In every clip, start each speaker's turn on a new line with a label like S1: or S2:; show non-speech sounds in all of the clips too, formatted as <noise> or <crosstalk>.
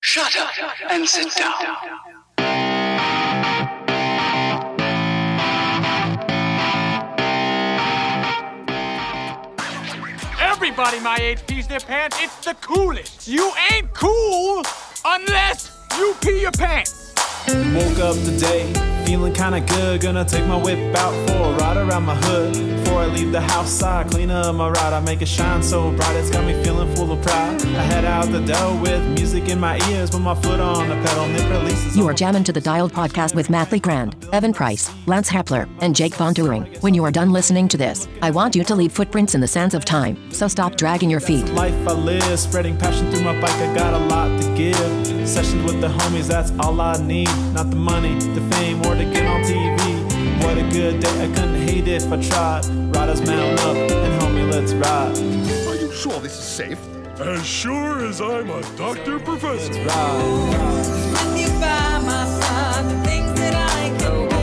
S1: Shut up and sit down.
S2: Everybody my age pees their pants. It's the coolest. You ain't cool unless you pee your pants.
S3: Woke up today, feeling kinda good. Gonna take my whip out for a ride around my hood. Before I leave the house, I clean up my ride. I make it shine so bright, it's got me feeling full of pride. I head out the door with music in my ears, put my foot on the pedal, and it releases.
S4: You
S3: all
S4: are jamming to the Dialed podcast with Matt Lee Grand, Evan Price, Lance Hapler, and Jake Von Turing. When you are done listening to this, I want you to leave footprints in the sands of time, so stop dragging your feet.
S3: the Life I live, spreading passion through my bike. I got a lot to give. Sessions with the homies, that's all I need. Not the money, the fame, or to get on TV. What a good day, I couldn't hate if I tried. Riders mount up, and homie, let's ride.
S5: Are you sure this is safe?
S6: As sure as I'm a doctor professor.
S3: Ride,
S7: With you by my side, the things that I can do.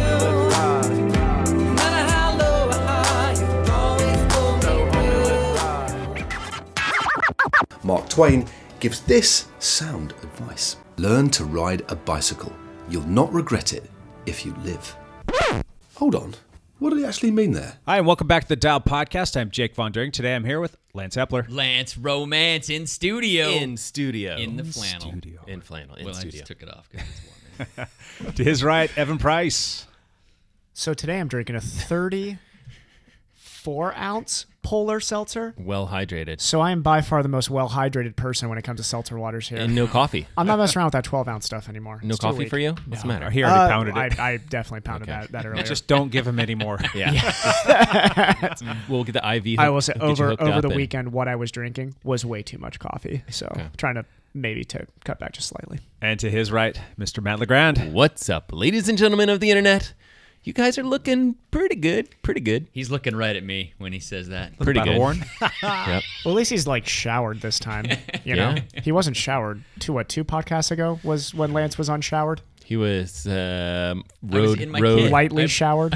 S3: ride.
S7: No matter how low or high, you always pull me through.
S5: Mark Twain gives this sound advice Learn to ride a bicycle. You'll not regret it if you live. Hold on. What did he actually mean there?
S8: Hi, and welcome back to the Dial Podcast. I'm Jake Von During. Today I'm here with Lance Epler.
S9: Lance Romance in studio.
S10: in studio
S9: In
S8: <laughs>
S9: the flannel.
S8: Studio.
S10: in flannel in
S9: well, I
S10: studio.
S9: just took it off because it's warm.
S8: To his right, Evan Price.
S11: So today I'm drinking a 34 ounce polar seltzer.
S10: <laughs> well hydrated
S11: So I am by far the most well hydrated person when it comes to seltzer waters here.
S10: and no coffee.
S11: I'm not messing around with that 12 ounce stuff anymore.
S10: No
S11: It's too
S10: coffee
S11: weak.
S10: for you? What's the matter?
S8: He
S11: Uh,
S8: already pounded
S11: I,
S8: it.
S11: I definitely pounded that, that
S10: <laughs>
S11: earlier.
S8: Just don't give him any more.
S10: Yeah. we'll get the IV.
S11: I
S10: hook-
S11: will say
S10: get you
S11: over
S10: hooked
S11: over
S10: up
S11: the
S10: and-
S11: weekend, what I was drinking was way too much coffee. So trying to maybe to cut back just slightly.
S8: <laughs> And to his right, Mr. Matt LeGrand.
S10: What's up, ladies and gentlemen of the internet? You guys are looking pretty good. Pretty good.
S9: He's looking right at me when he says that.
S10: Pretty
S8: About a
S10: good. <laughs>
S8: horn.
S10: Yep.
S11: Well, at least he's like showered this time. You
S10: <laughs> Yeah.
S11: know, he wasn't showered. Two what? Two podcasts ago was when Lance was unshowered.
S10: He was um,
S9: was
S10: road
S9: in my
S10: road
S9: kid. Like-
S11: lightly
S9: I-
S11: showered. <laughs>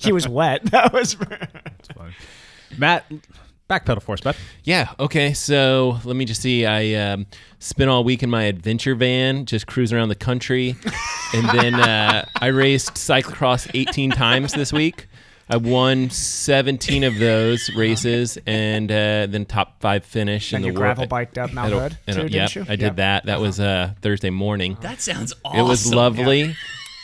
S11: he was wet. That was.
S8: Matt, backpedal for us, bud.
S10: Yeah. Okay. So let me just see. I um, spent all week in my adventure van, just cruising around the country, and then uh, I raced cyclocross 18 times this week. I won 17 of those races, and uh, then top five finish
S11: Then
S10: in
S11: you
S10: the world.
S11: gravel biked up Mount Hood too, didn't
S10: yeah,
S11: you?
S10: I did
S11: Yeah. Uh-huh.
S10: that. That was uh, Thursday morning.
S9: That sounds
S10: It
S9: awesome.
S10: was lovely.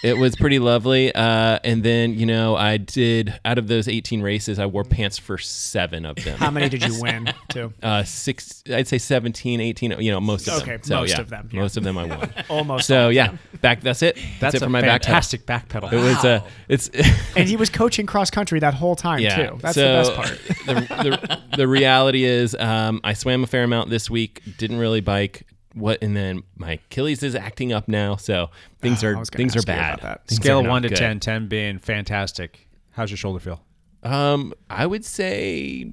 S10: It was pretty lovely. Uh, and then, you know, I did, out of those 18 races, I wore pants for seven of them
S11: How many did you
S10: <laughs>
S11: win too?
S10: uh, six, I'd say 17, 18, you know, most of them.
S11: Okay,
S10: So,
S11: most
S10: yeah,
S11: of them, yeah.
S10: Most of them I won.
S11: <laughs> Almost.
S10: so yeah, back, that's it. That's,
S8: That's
S10: it for
S8: a
S10: my back.
S8: fantastic backpedal.
S10: It was, uh, it's, <laughs>
S11: and he was coaching cross country that whole time
S10: yeah.
S11: too. That's
S10: so
S11: the best part.
S10: the,
S11: <laughs>
S10: the, the reality is, um, I swam a fair amount this week, didn't really bike. What and then my Achilles is acting up now, so things
S11: I
S10: are
S11: was gonna
S10: things are
S11: ask you about
S10: bad.
S11: that.
S10: Things
S8: Scale
S10: are
S8: of
S10: not
S8: one to
S10: good.
S8: ten, ten being fantastic. How's your shoulder feel?
S10: Um, I would say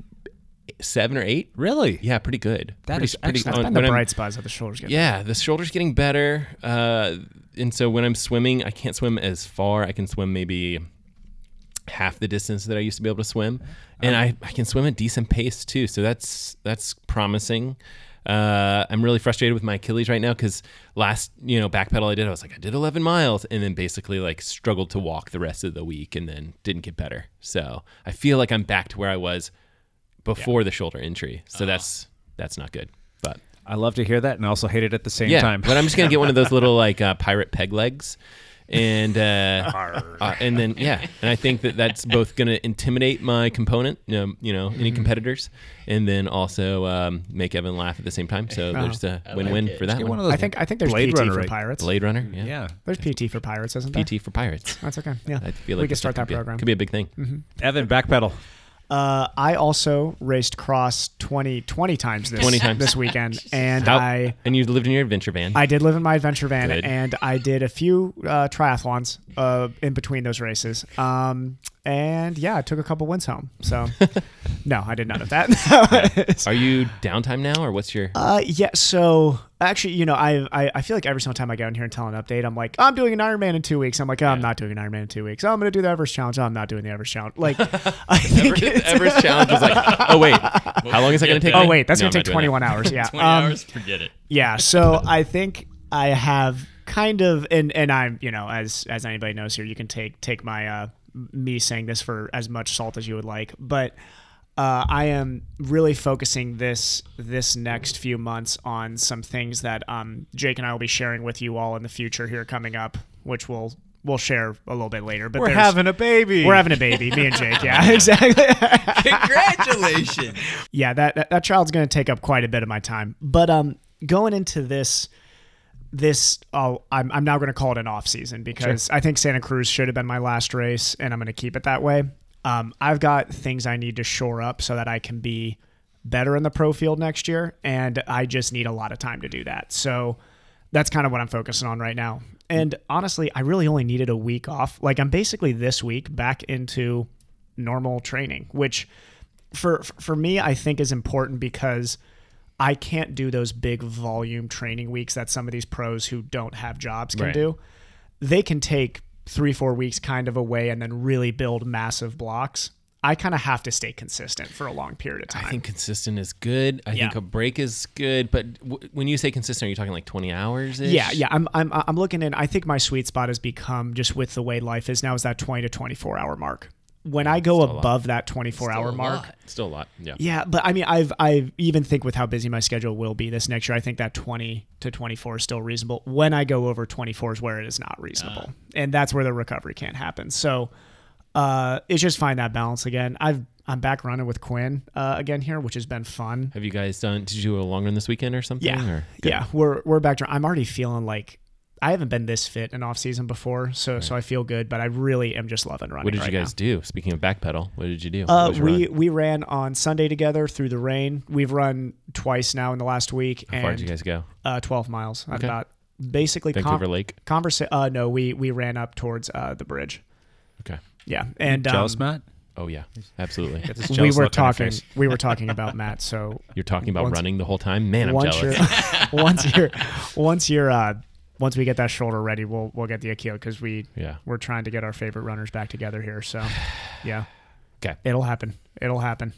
S10: seven or eight.
S8: Really?
S10: Yeah, pretty good.
S8: That
S10: pretty,
S8: is
S10: pretty-
S8: excellent.
S11: That's
S10: on-
S11: been the
S10: when I'm-
S11: bright spots of the shoulders. Getting
S10: Yeah, the shoulder's getting better. Uh, and so when I'm swimming, I can't swim as far. I can swim maybe half the distance that I used to be able to swim.
S8: Uh-huh.
S10: And I, I can swim at decent pace too. So that's that's promising. Uh, I'm really frustrated with my Achilles right now because last, you know, backpedal I did, I was like, I did 11 miles and then basically like struggled to walk the rest of the week and then didn't get better. So I feel like I'm back to where I was before the shoulder injury.
S11: Uh-huh.
S10: So that's that's not good. But
S8: I love to hear that and also hate it at the same
S10: yeah,
S8: time. <laughs>
S10: but I'm just gonna get one
S11: <laughs>
S10: of those little like uh, pirate peg legs, and uh,
S11: <laughs>
S10: uh, and then yeah, and I think that that's both gonna intimidate my component, you know, you know
S11: Mm-hmm.
S10: any competitors, and then also um, make Evan laugh at the same time.
S11: <laughs>
S10: So there's a win-win for that
S8: Get one
S10: one.
S8: of those
S11: I think I think there's
S8: Blade
S11: PT
S8: Runner
S11: for
S8: rate.
S11: pirates.
S10: Blade Runner, yeah.
S8: Yeah.
S11: There's PT for pirates, isn't there?
S10: PT for pirates.
S11: That's okay. Yeah,
S10: I feel like
S11: we can
S10: this
S11: start that
S10: could be a-
S11: program. Mm-hmm.
S10: could be a big thing.
S8: Evan, backpedal.
S11: Uh, I also raced cross 20, 20 times this
S10: 20 times.
S11: this weekend, and
S10: How-
S11: I
S10: and you lived in your adventure van.
S11: I did live in my adventure van,
S10: Good.
S11: and I did a few uh, triathlons uh, in between those races. Um,
S10: and yeah, I took a couple wins home. <laughs> So, no, I did none of <laughs> that.
S8: Are you downtime now, or what's your? <laughs>
S10: Uh, yeah. So actually, you know, I, I I feel like every single time I go in here and tell an update, I'm like, I'm doing an Ironman in two weeks. I'm like, oh, I'm not doing an Ironman in two weeks. Oh, I'm gonna do the Everest challenge. Oh, I'm not doing the Everest challenge. <laughs> Like, I think <laughs>
S8: the
S10: it's-
S8: Everest challenge was like, oh
S10: <laughs>
S8: wait, how long is that going to take?
S10: Oh
S8: me?
S10: wait, that's
S8: No,
S10: gonna
S8: I'm not
S10: take
S8: doing that.
S10: 21 hours. Yeah, Um,
S9: 20 hours? Forget it.
S10: Yeah. So I think I have kind of, and and I'm, you know, as as anybody knows here, you can take take my uh me saying this for as much salt as you would like, but. Uh, I am really focusing this this next few months on some things that um, Jake and I will be sharing with you all in the future here coming up, which we'll we'll share a little bit later. But
S12: We're
S10: there's-
S12: having a baby.
S10: We're having a baby. Me and Jake. Yeah, <laughs> exactly.
S9: Congratulations.
S10: yeah, that, that that child's going to take up quite a bit of my time. But um, going into this, this oh, I'm I'm now going to call it an off season because
S12: Sure.
S10: I think Santa Cruz should have been my last race, and I'm going to keep it that way. Um, I've got things I need to shore up so that I can be better in the pro field next year, and I just need a lot of time to do that. So that's kind of what I'm focusing on right now. And honestly, I really only needed a week off. Like I'm basically this week back into normal training, which for for me I think is important because I can't do those big volume training weeks that some of these pros who don't have jobs can
S8: Right.
S10: do. They can take 3-4 weeks kind of away and then really build massive blocks. I kind of have to stay consistent for a long period of time.
S8: I think consistent is good. I think
S10: Yeah.
S8: a break is good, but w- when you say consistent, are you talking like twenty hours?
S10: Yeah, yeah. I'm I'm I'm looking in. I think my sweet spot has become just with the way life is now is that 20 to 24 hour mark. When I go
S8: lot.
S10: above that 24 hour mark,
S8: Still a lot. Yeah.
S10: yeah, but I mean, I've I even think with how busy my schedule will be this next year, I think that 20 to 24 is still reasonable. When I go over 24 is where it is not reasonable,
S8: Ah.
S10: and that's where the recovery can't happen. So, uh, it's just find that balance again. I've I'm back running with Quinn uh, again here, which has been fun.
S8: Have you guys done? Did you do a long run this weekend or something?
S10: Yeah,
S8: Or? Good.
S10: yeah. We're we're back to. I'm already feeling like I haven't been this fit in off season before, so so I feel good. But I really am just loving running.
S8: What did
S10: right
S8: you
S10: now.
S8: guys do? Speaking of backpedal, what did you do? What
S10: Uh,
S8: was your
S10: we
S8: run?
S10: we ran on Sunday together through the rain. We've run twice now in the last week.
S8: How
S10: and,
S8: far did you guys go?
S10: Uh, Twelve miles. I've
S8: Okay.
S10: got basically
S8: Vancouver Lake?
S10: Conversa- uh, no, we we ran up towards uh, the bridge.
S8: Okay.
S10: Yeah, and
S8: jealous,
S10: um,
S8: Matt? Oh yeah, absolutely.
S10: <laughs> we were talking we were talking about Matt. So
S8: <laughs> You're talking about
S10: once-
S8: running the whole time, man. I'm
S10: once
S8: jealous. <laughs>
S10: You're, <laughs> once you're, once you're, uh, once we get that shoulder ready, we'll we'll get the Akio because we
S8: Yeah.
S10: we're trying to get our favorite runners back together here. So, yeah,
S8: Okay.
S10: it'll happen. It'll happen.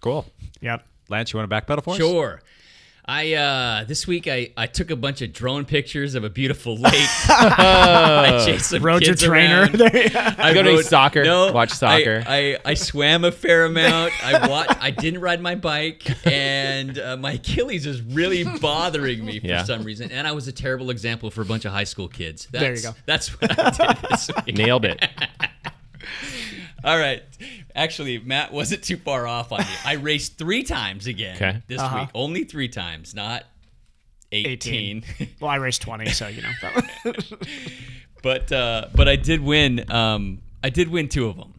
S3: Cool.
S10: Yep.
S3: Lance, you want to backpedal for us?
S9: Sure. I uh, this week I, I took a bunch of drone pictures of a beautiful
S10: <laughs>
S9: lake. <laughs> I chased some
S10: Rode your
S9: kids
S10: trainer.
S9: around.
S10: <laughs> There you go.
S9: I
S8: Go to
S9: rode-
S8: soccer.
S9: No,
S8: Watch
S9: I-
S8: soccer.
S9: I, I, swam a fair amount. I wa- I didn't ride my bike, and uh, my Achilles is really bothering me for
S8: Yeah.
S9: some reason. And I was a terrible example for a bunch of high school kids.
S10: There you
S9: That's,
S10: go.
S9: That's what I did <laughs> this week.
S8: Nailed it.
S9: All right. Actually, Matt wasn't too far off on me. I raced three times again
S8: Okay.
S9: this
S10: Uh-huh.
S9: week. Only three times, not 18.
S10: Well, I raced twenty, so <laughs> you know.
S9: <laughs> but uh, but I did win. Um, I did win two of them.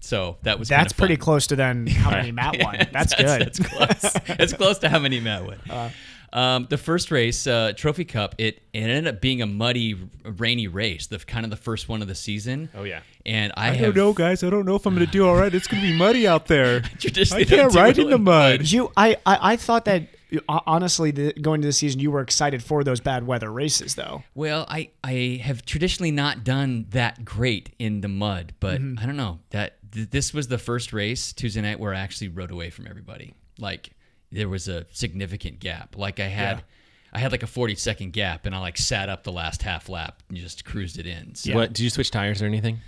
S9: So that was
S10: That's
S9: kinda fun.
S10: pretty close to then
S9: <laughs>
S10: how many Matt won. That's, good.
S9: That's close.
S12: <laughs>
S9: That's close to how many Matt won.
S12: Uh.
S9: um, the first race, uh, Trophy Cup, it, it ended up being a muddy, rainy race. The kind of the first one of the season. Oh
S8: yeah.
S9: And I,
S12: I don't
S9: have
S12: know, guys. I don't know if I'm gonna do all right. It's gonna be muddy out there.
S9: <laughs> Traditionally
S12: I can't
S9: don't do
S12: ride
S9: it
S12: in the
S9: like
S12: mud.
S10: You, I, I, I thought that uh, honestly, the, going into the season, you were excited for those bad weather races, though.
S9: Well, I, I have traditionally not done that great in the mud, but I don't know that th- this was the first race Tuesday night where I actually rode away from everybody. Like there was a significant gap. Like I had, I had like a forty second gap, and I like sat up the last half lap and just cruised it in. So
S8: What did you switch tires or anything?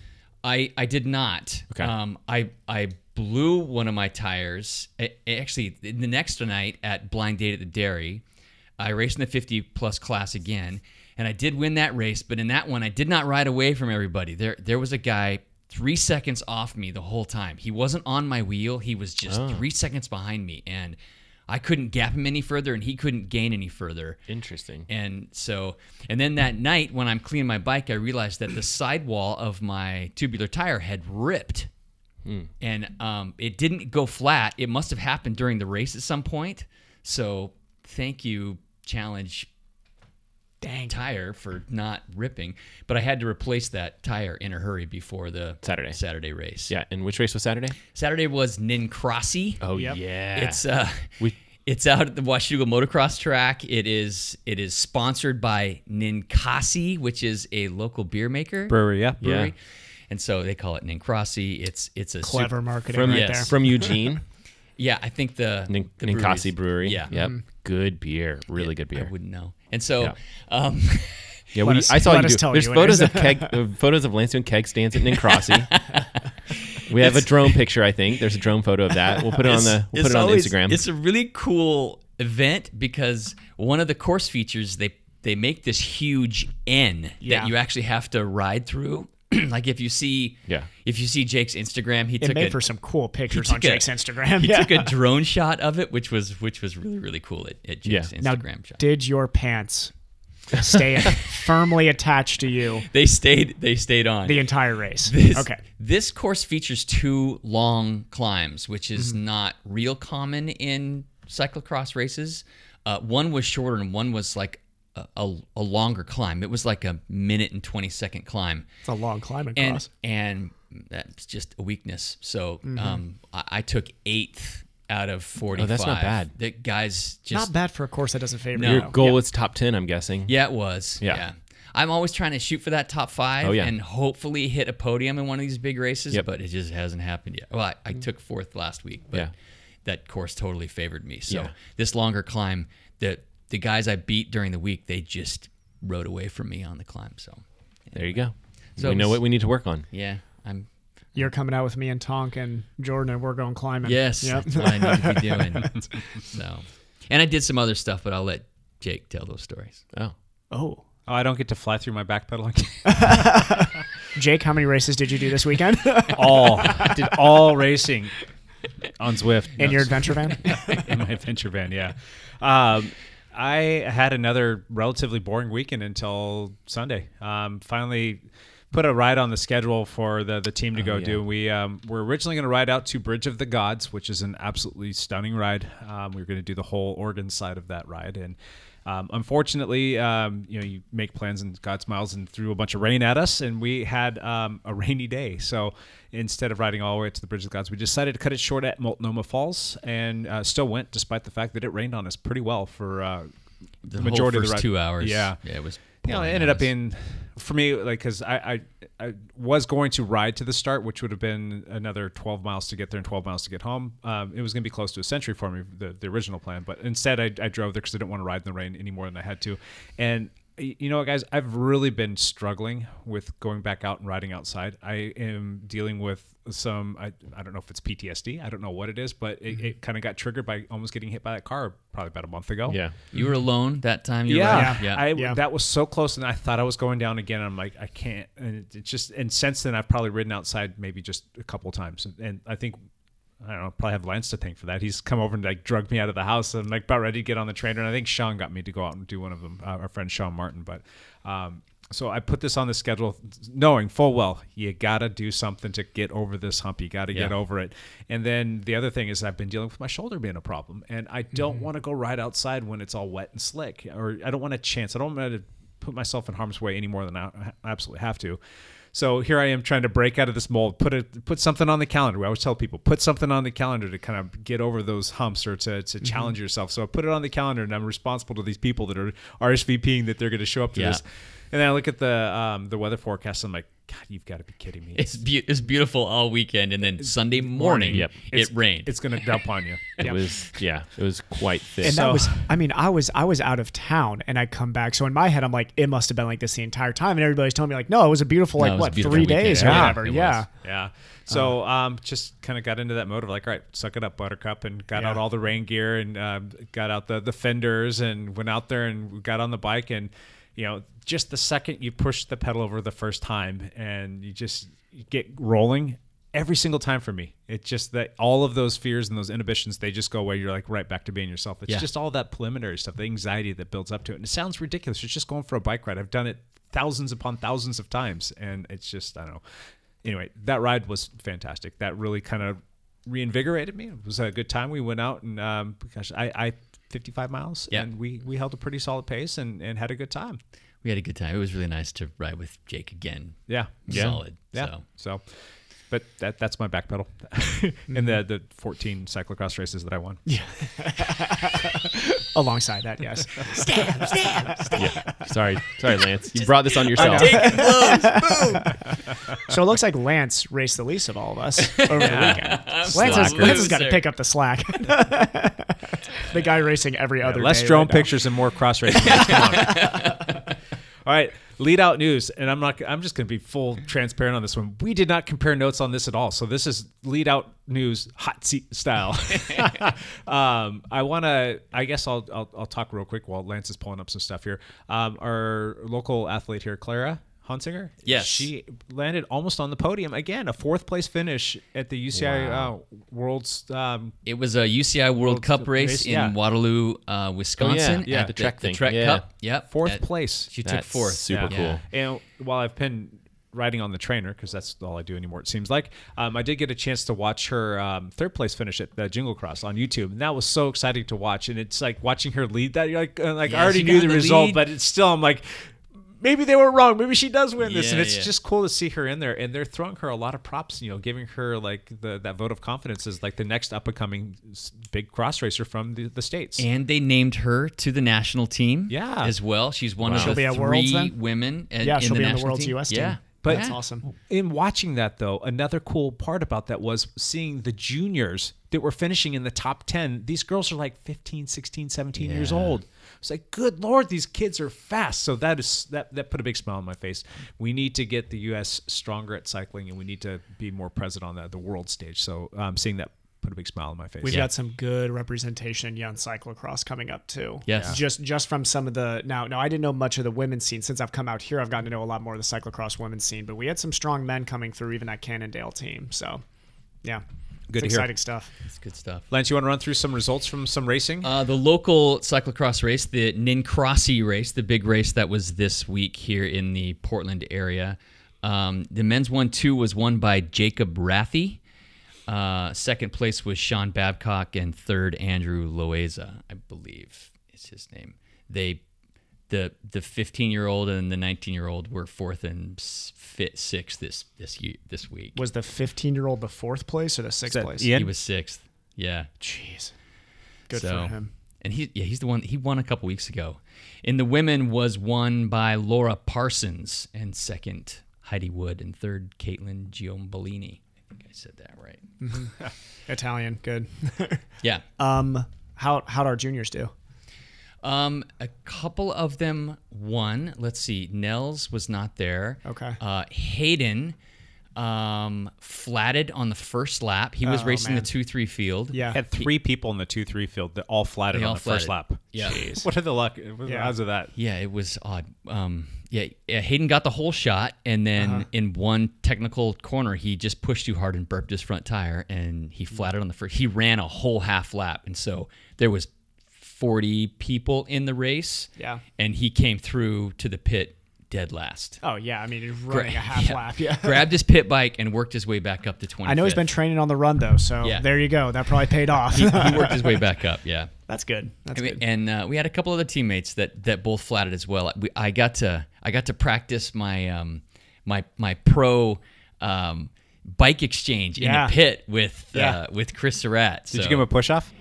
S9: I I did not.
S8: Okay.
S9: Um, I I blew one of my tires. A- actually, the the next night at Blind Date at the Dairy, I raced in the 50 plus class again, and I did win that race. But in that one, I did not ride away from everybody. There there was a guy three seconds off me the whole time. He wasn't on my wheel. He was just three seconds behind me, and I couldn't gap him any further, and he couldn't gain any further.
S8: Interesting.
S9: And so, and then that night when I'm cleaning my bike, I realized
S8: <clears throat>
S9: that the sidewall of my tubular tire had ripped.
S8: Hmm.
S9: And um, it didn't go flat. It must have happened during the race at some point. So, thank you, challenge tire for not ripping. But I had to replace that tire in a hurry before the Saturday Saturday race.
S8: Yeah, and which race was Saturday?
S9: Saturday was Nincrossi.
S8: Oh yeah,
S9: It's uh it's out at the Washougal Motocross Track. It is it is sponsored by Ninkasi, which is a local beer maker
S8: Brewery, yeah. Yeah.
S9: And so they call it Ninkasi. It's it's a
S13: Clever marketing
S8: from
S13: right there. <laughs>
S8: from Eugene.
S9: yeah, I think the,
S8: Nin-
S9: the brewery
S8: Ninkasi
S9: is-
S8: Brewery.
S9: Yeah,
S8: Yep.
S13: Mm-hmm.
S8: Good beer. Really good beer.
S9: I wouldn't know. And so,
S8: Yeah.
S9: um, <laughs>
S8: Yeah, we,
S13: us-
S8: I saw
S13: let
S8: you.
S13: us
S8: do-
S13: tell
S8: there's
S13: you,
S8: photos of
S13: Andrew. <laughs>
S8: keg, uh, photos of Lance doing keg stands at
S9: <laughs>
S8: Nincrossi. we have a drone picture, I think. There's a drone photo of that. We'll put it on the we'll put it on
S9: always-
S8: Instagram.
S9: It's a really cool event because one of the course features they they make this huge N
S13: Yeah.
S9: that you actually have to ride through. <clears throat> like if you see
S8: Yeah.
S9: if you see Jake's Instagram, he
S13: It
S9: took
S13: made
S9: a,
S13: for some cool
S9: he
S13: pictures
S9: took
S13: on
S9: a-
S13: Jake's Instagram.
S9: He
S13: Yeah.
S10: <laughs>
S9: took a drone shot of it, which was which was really really cool at, at Jake's
S13: now,
S9: Instagram shot.
S13: did your pants
S9: <laughs>
S13: stay firmly attached to you
S9: They stayed they stayed on
S13: the entire race?
S9: This,
S13: okay.
S9: This course features two long climbs, which is
S13: Mm-hmm.
S9: not real common in cyclocross races. Uh, one was shorter and one was like a, a, a longer climb. It was like a minute and 20 second climb.
S13: It's a long climb
S9: And,
S13: across.
S9: and that's just a weakness. So
S13: Mm-hmm.
S9: um, I, I took eighth out of
S13: Oh,
S9: 45.
S8: not bad.
S9: The guys just
S13: Not bad for a course that doesn't favor
S9: No.
S13: you.
S8: Your goal is top ten, I'm guessing.
S9: yeah, it was.
S8: Yeah.
S9: Yeah. I'm always trying to shoot for that top five
S8: Oh, yeah.
S9: and hopefully hit a podium in one of these big races,
S8: Yep. Mm.
S9: but it just hasn't happened yet. Well, I, I took fourth last week, but
S8: Yeah.
S9: that course totally favored me. So
S8: Yeah.
S9: this longer climb, the the guys I beat during the week, they just rode away from me on the climb. So
S8: There you go.
S9: So
S8: we know
S9: it's-
S8: what we need to work on.
S9: yeah, I'm
S13: You're coming out with me and Tonk and Jordan, and we're going climbing.
S9: yes,
S13: Yep.
S9: that's what I need to be doing.
S10: <laughs>
S9: so and I did some other stuff, but I'll let Jake tell those stories.
S8: Oh.
S13: oh.
S10: Oh, I don't get to fly through my backpedaling.
S13: <laughs> Jake, how many races did you do this weekend
S10: <laughs> all I did all racing on Zwift
S13: in
S10: No,
S13: your adventure van?
S10: <laughs> in my adventure van. Yeah, um, I had another relatively boring weekend until Sunday. Um, finally, put a ride on the schedule for the the team to go do. We um, were originally going to ride out to Bridge of the Gods, which is an absolutely stunning ride. Um, we were going to do the whole Oregon side of that ride, and um, unfortunately, um, you know, you make plans and God smiles and threw a bunch of rain at us, and we had um, a rainy day. So instead of riding all the way to the Bridge of the Gods, we decided to cut it short at Multnomah Falls, and uh, still went despite the fact that it rained on us pretty well for uh, the,
S9: whole
S10: majority
S9: first
S10: of the ride.
S9: two hours.
S10: Yeah,
S9: Yeah, it was
S10: You know, it
S9: pouring
S10: ended
S9: on
S10: up
S9: us.
S10: being for me like because I, I I was going to ride to the start, which would have been another 12 miles to get there and 12 miles to get home. Um, it was going to be close to a century for me, the, the original plan. But instead, I, I drove there because I didn't want to ride in the rain any more than I had to. And y- you know what, guys, I've really been struggling with going back out and riding outside. I am dealing with some I, I don't know if it's PTSD. I don't know what it is, but it, it kind of got triggered by almost getting hit by that car probably about a month
S13: Oh.
S10: ago.
S8: Yeah.
S9: You were alone that time. You
S10: Yeah,
S9: Were, yeah.
S10: I,
S13: Yeah.
S10: that was so close, and I thought I was going down again. I'm like, I can't. And it, it just and since then, I've probably ridden outside maybe just a couple times, and, and I think I don't know, probably have Lance to thank for that. He's come over and like drugged me out of the house. and I'm like about ready to get on the trainer, and I think Sean got me to go out and do one of them. Uh, our friend Sean Martin, but. um so I put this on the schedule, knowing full well you gotta do something to get over this hump. You gotta get
S9: Yeah.
S10: over it. And then the other thing is I've been dealing with my shoulder being a problem, and I don't
S8: Mm-hmm.
S10: want to go right outside when it's all wet and slick, or I don't want to chance. I don't want to put myself in harm's way any more than I I absolutely have to. So here I am trying to break out of this mold. Put it, put something on the calendar. We always tell people put something on the calendar to kind of get over those humps or to,
S8: Mm-hmm.
S10: to challenge yourself. So I put it on the calendar, and I'm responsible to these people that are RSVPing that they're going to show up to
S9: Yeah.
S10: this. And then I look at the um, the weather forecast. And I'm like, God, you've got to be kidding me!
S9: It's, be- it's beautiful all weekend, and then Sunday morning,
S8: Yep.
S9: it rained.
S10: It's going to dump on you.
S8: It was yeah, it was
S10: <laughs>
S8: quite thick.
S13: And
S10: So-
S13: that was I mean, I was I was out of town and I come back. So in my head I'm like, it must have been like this the entire time. And everybody's telling me like, no, it was a beautiful
S9: it
S13: like
S9: was
S13: what,
S9: a beautiful
S13: three
S9: weekend.
S13: days
S9: Yeah,
S13: or whatever.
S9: it
S13: Yeah. Uh-huh.
S9: was.
S10: Yeah. So um, just kind of got into that mode of like, all right, suck it up, Buttercup, and got out
S13: Yeah.
S10: all the rain gear and um got out the the fenders and went out there and got on the bike and you know just the second you push the pedal over the first time and you just you get rolling every single time for me it's just that all of those fears and those inhibitions they just go away you're like right back to being yourself it's
S9: Yeah.
S10: just all that preliminary stuff the anxiety that builds up to it and it sounds ridiculous it's just going for a bike ride i've done it thousands upon thousands of times and it's just i don't know anyway, that ride was fantastic. That really kind of reinvigorated me. It was a good time. We went out and um, gosh, I, I
S8: 55 miles.
S9: Yeah.
S8: And we, we held a pretty solid pace and, and had a good time.
S9: We had a good time. It was really nice to ride with Jake again.
S8: Yeah. yeah.
S9: Solid.
S8: Yeah.
S9: So.
S8: So, but that that's my back pedal. Mm-hmm. and the, the 14 cyclocross races that I won. Yeah.
S10: Alongside that,
S8: <laughs>
S10: yes.
S9: Stab, stab, stab.
S14: Yeah. Sorry, sorry, Lance. You brought this on yourself.
S9: <laughs>
S10: so it looks like Lance raced the least of all of us over
S14: Yeah.
S10: the
S14: I'm
S10: weekend. Lance has,
S14: slacker.
S10: Lance has got to
S14: Loser.
S10: pick up the slack. <laughs> the guy racing every other
S8: Less
S10: day
S8: drone
S10: right now.
S8: pictures and more cross racing.
S9: <laughs>
S8: Come on. All right, lead out news, and I'm not. I'm just going to be full transparent on this one. We did not compare notes on this at all, so this is lead out news, hot seat
S9: <laughs>
S8: style. um, I want to. I guess I'll, I'll I'll talk real quick while Lance is pulling up some stuff here. Um, our local athlete here, Clara Hunsinger.
S9: Yes.
S8: she landed almost on the podium again, a fourth place finish at the UCI
S9: Wow.
S8: uh, Worlds. Um,
S9: It was a UCI World, Cup race, in
S8: yeah.
S9: Waterloo, uh, Wisconsin,
S8: yeah.
S9: at the
S8: Track
S9: the
S8: thing.
S9: Trek
S8: Yeah.
S9: Cup. Yep,
S8: Fourth
S9: At-
S8: place.
S9: She took fourth. Yeah. Yeah.
S8: And while I've been riding on the trainer because that's all I do anymore, it seems like um, I did get a chance to watch her um, third place finish at the Jingle Cross on YouTube, and that was so exciting to watch. And it's like watching her lead that. You're like, uh, like
S9: Yeah,
S8: I already
S9: she
S8: knew
S9: got
S8: the,
S9: the
S8: result,
S9: lead.
S8: but it's still I'm like. Maybe they were wrong. Maybe she does win this, and
S9: Yeah,
S8: it's
S9: yeah.
S8: just cool to see her in there. And they're throwing her a lot of props, you know, giving her like the that vote of confidence as like the next up and coming s- big cross racer from the, the states.
S9: And they named her to the national team.
S8: Yeah.
S9: as well. She's one
S8: Wow.
S9: of
S8: She'll
S9: the
S8: be at
S9: three
S8: Worlds then?
S9: women. in-
S10: Yeah,
S9: in
S10: she'll
S9: the
S10: be on the
S9: national
S10: Worlds
S9: team.
S10: US team.
S9: Yeah,
S8: But
S9: yeah.
S8: In watching that though, another cool part about that was seeing the juniors that were finishing in the top 10. These girls are like 15, 16, 17 years
S9: Yeah.
S8: old. It's like, good lord, these kids are fast. So that is that that put a big smile on my face. We need to get the US stronger at cycling and we need to be more present on that the world stage. So um, seeing that put a big smile on my face.
S10: We've got some good representation in young cyclocross coming up too.
S8: Yes. Yeah.
S10: Just just from some of the now now I didn't know much of the women's scene since I've come out here. I've gotten to know a lot more of the cyclocross women's scene, but we had some strong men coming through, even that Cannondale team. So, yeah,
S8: Good to hear.
S10: it's exciting stuff.
S9: It's good stuff.
S8: Lance, you want to run through some results from some racing?
S9: Uh, the local cyclocross race, the Nincrossi race, the big race that was this week here in the Portland area. Um, the men's 1 2 was won by Jacob Rathie. Uh, second place was Sean Babcock, and third, Andrew Loeza, I believe is his name. They. The, the 15 year old and the 19 year old were fourth and s- fit sixth this this year, this week.
S10: Was the 15 year old the fourth place or the sixth
S8: Uh,
S9: Is that
S10: place?
S9: Ian? He was sixth. Yeah.
S10: Jeez. Good
S9: So-
S10: for him.
S9: And he, yeah, he's the one. He won a couple weeks ago. And the women was won by Laura Parsons, and second Heidi Wood, and third Caitlin Giombolini. I think I said that
S8: <laughs>
S9: right.
S10: Italian, good. <laughs>
S9: Yeah.
S10: Um, how how'd our juniors do?
S9: Um, a couple of them won. Let's see. Nels was not there.
S10: Okay.
S9: Uh, Hayden um flatted on the first lap. He was
S8: Oh,
S9: racing
S8: man.
S9: the two three field.
S8: Had
S9: He-
S8: three people in the 2 3 field that all flatted
S9: They
S8: on
S9: all
S8: the first
S9: flatted.
S8: lap.
S9: Yeah.
S8: Jeez. What are the luck? What are the odds of that?
S9: Yeah, it was odd. Um, yeah, yeah, Hayden got the whole shot, and then
S8: Uh-huh.
S9: in one technical corner, he just pushed too hard and burped his front tire, and
S10: Mm.
S9: he flatted on the first. He ran a whole half lap, and so there was forty people in the race.
S10: Yeah.
S9: and he came through to the pit dead
S10: <laughs>
S9: last.
S10: Oh yeah, I mean he's
S9: Gra-
S10: running a half
S9: <laughs> yeah.
S10: lap. Yeah.
S9: grabbed his pit bike and worked his way back up to twenty.
S10: I know he's been training on the run though, so
S9: Yeah.
S10: there you go. That probably paid off.
S9: he, he worked his way back up. Yeah.
S10: <laughs> That's good. That's
S9: I mean,
S10: good.
S9: And uh, we had a couple other teammates that that both flatted as well. We, I got to I got to practice my um my my pro um bike exchange
S8: Yeah.
S9: in the pit with
S8: Yeah.
S9: uh, with Chris Surratt.
S8: Did you give him a push off?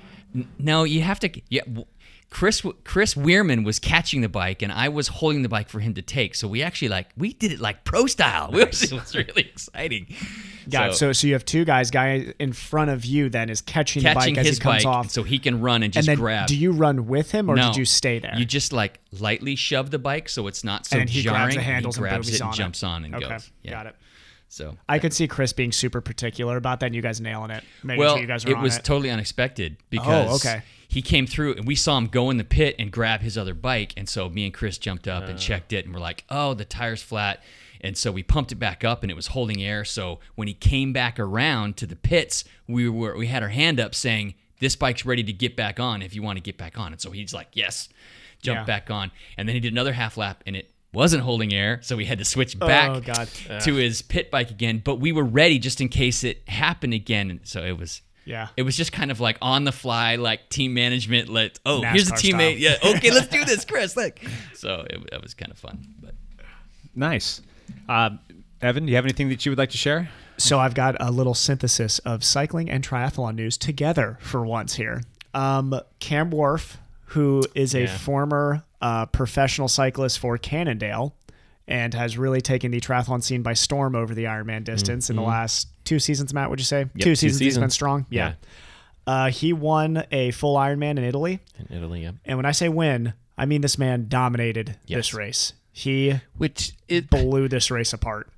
S9: No, you have to. Yeah, w- Chris w- Chris Weirman was catching the bike, and I was holding the bike for him to take. So we actually like we did it like pro style. <laughs> It was, it was really exciting.
S10: Got it. so, so you have two guys. Guy in front of you then is catching,
S9: catching
S10: the bike as
S9: his
S10: he comes
S9: bike
S10: off.
S9: so he can run and just
S10: and then
S9: grab.
S10: do you run with him or
S9: No.
S10: did you stay there?
S9: You just like lightly shove the bike so it's not so
S10: And he grabs
S9: jarring.
S10: the handles
S9: he
S10: and
S9: grabs
S10: boobies
S9: it and
S10: on it.
S9: jumps on and
S10: Okay,
S9: goes.
S10: got it.
S9: So
S10: I could see Chris being super particular about that. and You guys nailing it. Making
S9: well,
S10: sure you guys were
S9: it
S10: on
S9: was
S10: it. Oh,
S9: totally unexpected because
S10: okay.
S9: he came through and we saw him go in the pit and grab his other bike, and so me and Chris jumped up and checked it and we're like, oh, the tire's flat. And so we pumped it back up, and it was holding air. So when he came back around to the pits, we were we had our hand up saying, "This bike's ready to get back on. If you want to get back on." And so he's like, "Yes," jumped
S10: Yeah.
S9: back on, and then he did another half lap, and it wasn't holding air. So we had to switch
S10: Oh,
S9: back
S10: God.
S9: to his pit bike again, but we were ready just in case it happened again. And so it was
S10: Yeah.
S9: It was just kind of like on the fly, like team management. Let oh, here's a
S10: NASCAR style.
S9: teammate. Yeah, okay, let's
S8: <laughs>
S9: do this, Chris. Look. So it, that was kind of fun. But
S3: Nice.
S10: Uh,
S3: Um, Evan, do you have anything that you would like to share?
S10: So I've got a little synthesis of cycling and triathlon news together for once here. Um, Cam Worf, who is a
S1: Yeah.
S10: former uh, professional cyclist for Cannondale and has really taken the triathlon scene by storm over the Ironman distance in the
S1: Mhm.
S10: last two seasons, Matt, would you say?
S8: Mm-hmm. Yep,
S10: two
S8: two
S10: seasons he's been
S8: seasons.
S10: strong. Yeah. Uh, he won a full Ironman in Italy.
S8: In Italy, yeah.
S10: And when I say win, I mean this man dominated this
S8: Yes.
S10: race. He
S8: which
S10: blew this race apart.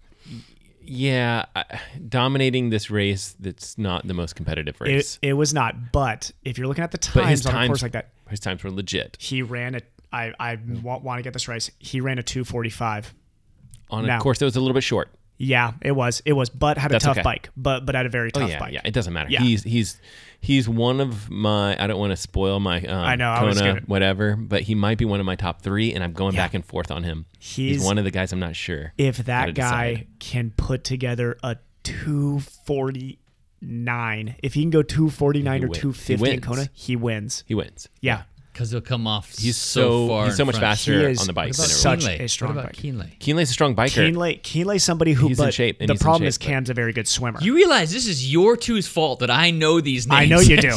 S8: Yeah, I- dominating this race that's not the most competitive race.
S10: It, it was not. But if you're looking at the
S8: but his
S10: times on a
S8: times,
S10: course like that,
S8: his times were legit.
S10: he ran a. I I want, want to get this right. He ran a 245.
S8: On a
S10: Now-
S8: course that was a little bit short.
S10: Yeah, it was. It was. But had a
S8: That's
S10: tough
S8: okay.
S10: bike. But but had a very
S8: Oh
S10: tough
S8: yeah,
S10: bike.
S8: yeah. It doesn't matter.
S10: Yeah.
S8: He's he's he's one of my. I don't want to spoil my. Um,
S10: I know, I was
S8: Kona,
S10: gonna-
S8: whatever. But he might be one of my top three, and I'm going
S10: Yeah.
S8: back and forth on him. He's,
S10: He's-
S8: one of the guys I'm not sure
S10: if
S8: how
S10: that
S8: to
S10: guy
S8: decide.
S10: can put together a 249, if he can go 249
S8: He
S10: or
S8: win- he
S10: 250 in
S8: wins.
S10: Kona, he wins.
S8: He wins.
S10: Yeah.
S9: because he'll come off.
S8: He's
S9: so,
S8: so-
S9: far.
S8: he's
S9: in
S8: so much
S9: front.
S8: faster He is on the bike
S9: What
S8: than
S9: about
S8: everyone.
S10: such a
S9: Keenley?
S10: strong
S9: what about
S10: bike.
S9: Keenley?
S8: Keenley's a strong biker.
S10: Keenley, Keenley's somebody who,
S8: He's in
S10: but
S8: shape, and
S10: the
S8: he's in
S10: problem
S8: shape,
S10: is
S8: but-
S10: Cam's a very good swimmer.
S9: You realize this is your two's fault that I know these names.
S10: I
S9: <laughs>
S10: know you
S8: <laughs>
S10: do.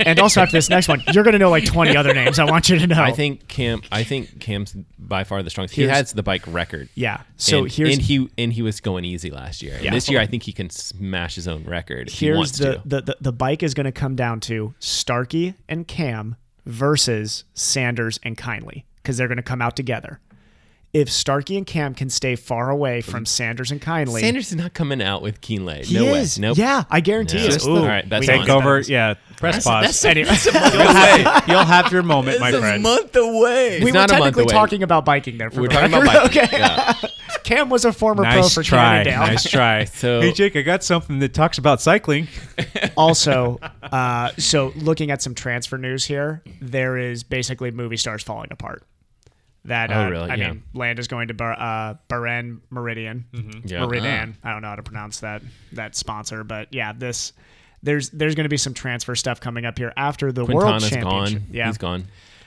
S10: and also after this next one, you're going to know like 20 other names. I want you to know.
S8: I think Cam. I think Cam's by far the strongest. He
S10: Oh. Here's-
S8: has the bike record.
S10: Yeah. So
S8: and,
S10: here's-
S8: and he and he was going easy last year. And
S10: Yeah.
S8: This year, I think he can smash his own record. If he
S10: here's
S8: wants
S10: the,
S8: to.
S10: the, the the bike is going to come down to Starkey and Cam versus Sanders and Kindly because they're going to come out together. If Starkey and Cam can stay far away from Sanders and Kindly,
S8: Sanders is not coming out with Keenley.
S10: He
S8: no
S10: is.
S8: way. Nope.
S10: Yeah, I guarantee
S8: No.
S10: you.
S8: Just the-
S10: Ooh,
S8: all right, that's
S10: we
S8: on.
S10: can get
S3: Over-
S10: those.
S3: yeah, press That's- pause. that's a-
S10: Anyway. <laughs>
S3: that's a month You'll
S8: <laughs>
S3: have- away. you'll have your moment, my That's a friend. month
S9: away.
S8: It's
S10: We were
S8: not a month
S10: technically
S8: away. <laughs>
S10: talking about biking there. For
S8: We're
S10: the
S8: talking about
S10: record.
S8: biking,
S10: Okay.
S8: yeah.
S10: <laughs> Cam was a former pro
S3: Nice
S10: for
S3: try.
S10: Cannondale. <laughs>
S3: Nice try.
S8: So-
S3: hey, Jake, I got something that talks about
S8: <laughs>
S3: cycling.
S10: also, uh, so looking at some transfer news here, there is basically movie stars falling apart. That
S8: Oh,
S10: uh,
S8: really?
S10: I
S8: Yeah.
S10: mean, Land is going to Bar- uh, Bahrain Meridian,
S3: Mm-hmm.
S8: Yeah. Ah.
S10: Meridian. I don't know how to pronounce that that sponsor, but yeah, this there's there's going to be some transfer stuff coming up here after the World
S8: Quintana's
S10: Championship.
S8: gone. He's gone.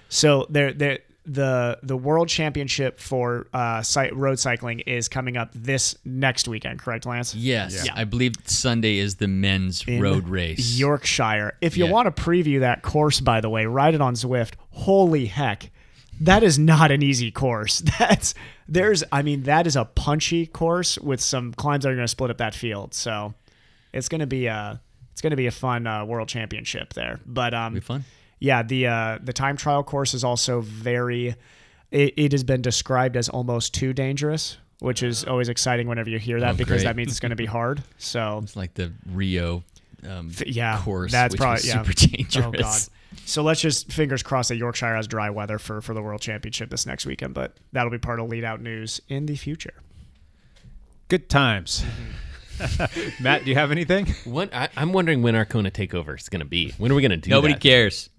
S10: So there, there, the the World Championship for uh, cy- road cycling is coming up this next weekend, correct, Lance?
S9: Yes, I believe Sunday is the men's
S10: in
S9: road race.
S10: Yorkshire. If you want to preview that course, by the way, ride it on Zwift. Holy heck, that is not an easy course. <laughs> That's there's, I mean, that is a punchy course with some climbs that are going to split up that field. So it's going to be a it's going to be a fun uh, world championship there. But um,
S9: Be fun.
S10: yeah, the uh, the time trial course is also very. It, it has been described as almost too dangerous, which is always exciting whenever you hear that
S9: Oh,
S10: because
S9: great.
S10: that means it's
S9: <laughs>
S10: going to be hard. So
S9: It's like the Rio um,
S10: F- yeah,
S9: course,
S10: That's
S9: which
S10: probably
S9: was
S10: yeah.
S9: super dangerous.
S10: Oh god. So let's just fingers crossed that Yorkshire has dry weather for for the World Championship this next weekend, but that'll be part of lead out news in the future.
S3: Good times.
S10: <laughs>
S3: Matt, do you have anything?
S8: What I, I'm wondering when our Kona takeover is going to be. When are we going to do
S9: Nobody
S8: that?
S9: cares.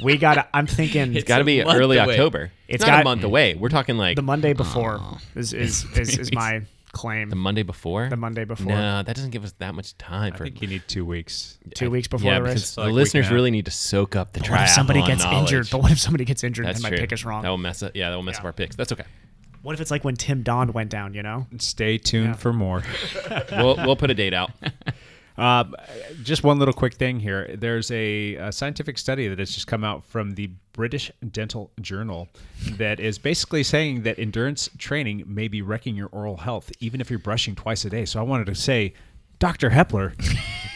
S10: We got to I'm thinking
S8: It's got to be early October. It's
S10: It's
S8: not
S10: got
S8: a
S3: Mm.
S8: month away. We're talking like
S10: The Monday before is is, is is my claim.
S8: the Monday before.
S10: The Monday before.
S8: No, that doesn't give us that much time. For,
S3: I think you need two weeks.
S10: Two weeks before
S8: yeah,
S10: the race.
S8: because
S10: So
S8: the
S10: like
S8: listeners
S10: week and a
S8: really
S10: half.
S8: need to soak up the
S10: But
S8: trial.
S10: what if somebody gets
S8: knowledge.
S10: injured? But what if somebody gets injured
S8: That's
S10: and my
S8: true.
S10: pick is wrong?
S8: That will mess up. Yeah, that will mess up our picks. That's okay.
S10: What if it's like when Tim Don went down, you know?
S3: Stay tuned for more.
S8: we'll we'll put a date
S10: <laughs>
S8: out.
S3: Um, just one little quick thing here. There's a, a scientific study that has just come out from the British Dental Journal that is basically saying that endurance training may be wrecking your oral health, even if you're brushing twice a day. So I wanted to say, Dr. Hepler,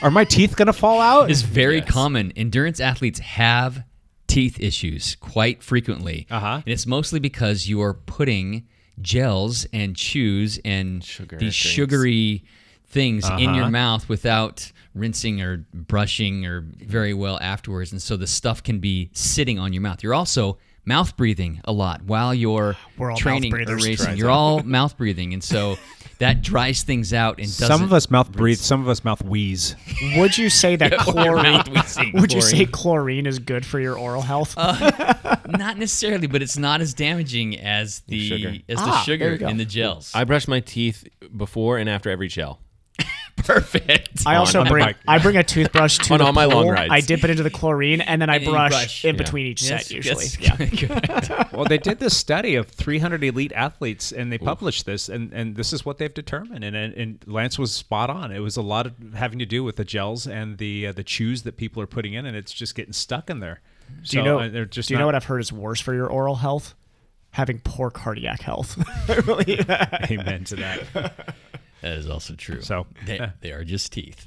S3: are my teeth going to fall out?
S9: It's very common. Endurance athletes have teeth issues quite frequently. Uh-huh. And it's mostly because you are putting gels and chews and these
S8: things.
S9: sugary things in your
S8: Uh-huh.
S9: mouth without rinsing or brushing or very well afterwards. And so the stuff can be sitting on your mouth. You're also mouth breathing a lot while you're
S10: We're all mouth
S9: training or
S10: breathers.
S9: racing.
S10: Tries
S9: You're
S10: out.
S9: all mouth breathing. And so that dries things out and doesn't
S3: Some of us mouth breathe, some of us mouth wheeze.
S10: Would you say that
S9: Or your
S10: chlorine?
S9: mouth wheezing.
S10: <laughs> Would you say
S9: Chlorine.
S10: chlorine is good for your oral health?
S9: not necessarily, but it's not as damaging as the
S8: Sugar.
S9: as the
S10: Ah, there
S9: sugar
S10: you go.
S9: in the gels.
S8: I brush my teeth before and after every gel.
S9: <laughs> perfect. <laughs>
S3: Oh,
S10: I also
S9: On
S10: bring
S9: my-
S10: I bring a toothbrush
S3: <laughs>
S10: to
S9: On
S10: the
S9: all my long
S10: pool.
S9: rides.
S10: I dip it into the chlorine and then I
S9: And you
S10: brush,
S9: brush.
S10: in
S9: Yeah.
S10: between each
S9: Yes,
S10: set usually.
S9: yes. <laughs>
S10: <laughs> Yeah.
S3: well, they did this study of 300 elite athletes, and they published this, and, and this is what they've determined. And, and and Lance was spot on. It was a lot of having to do with the gels and the uh, the chews that people are putting in, and it's just getting stuck in there.
S10: Do
S3: So,
S10: you know?
S3: uh, they're just
S10: do you
S3: not-
S10: know what I've heard is worse for your oral health? Having poor cardiac health. Really?
S3: Amen
S10: <laughs>
S3: to that.
S9: That is also true.
S3: So
S9: They,
S3: yeah.
S9: they are just
S10: <laughs>
S9: teeth.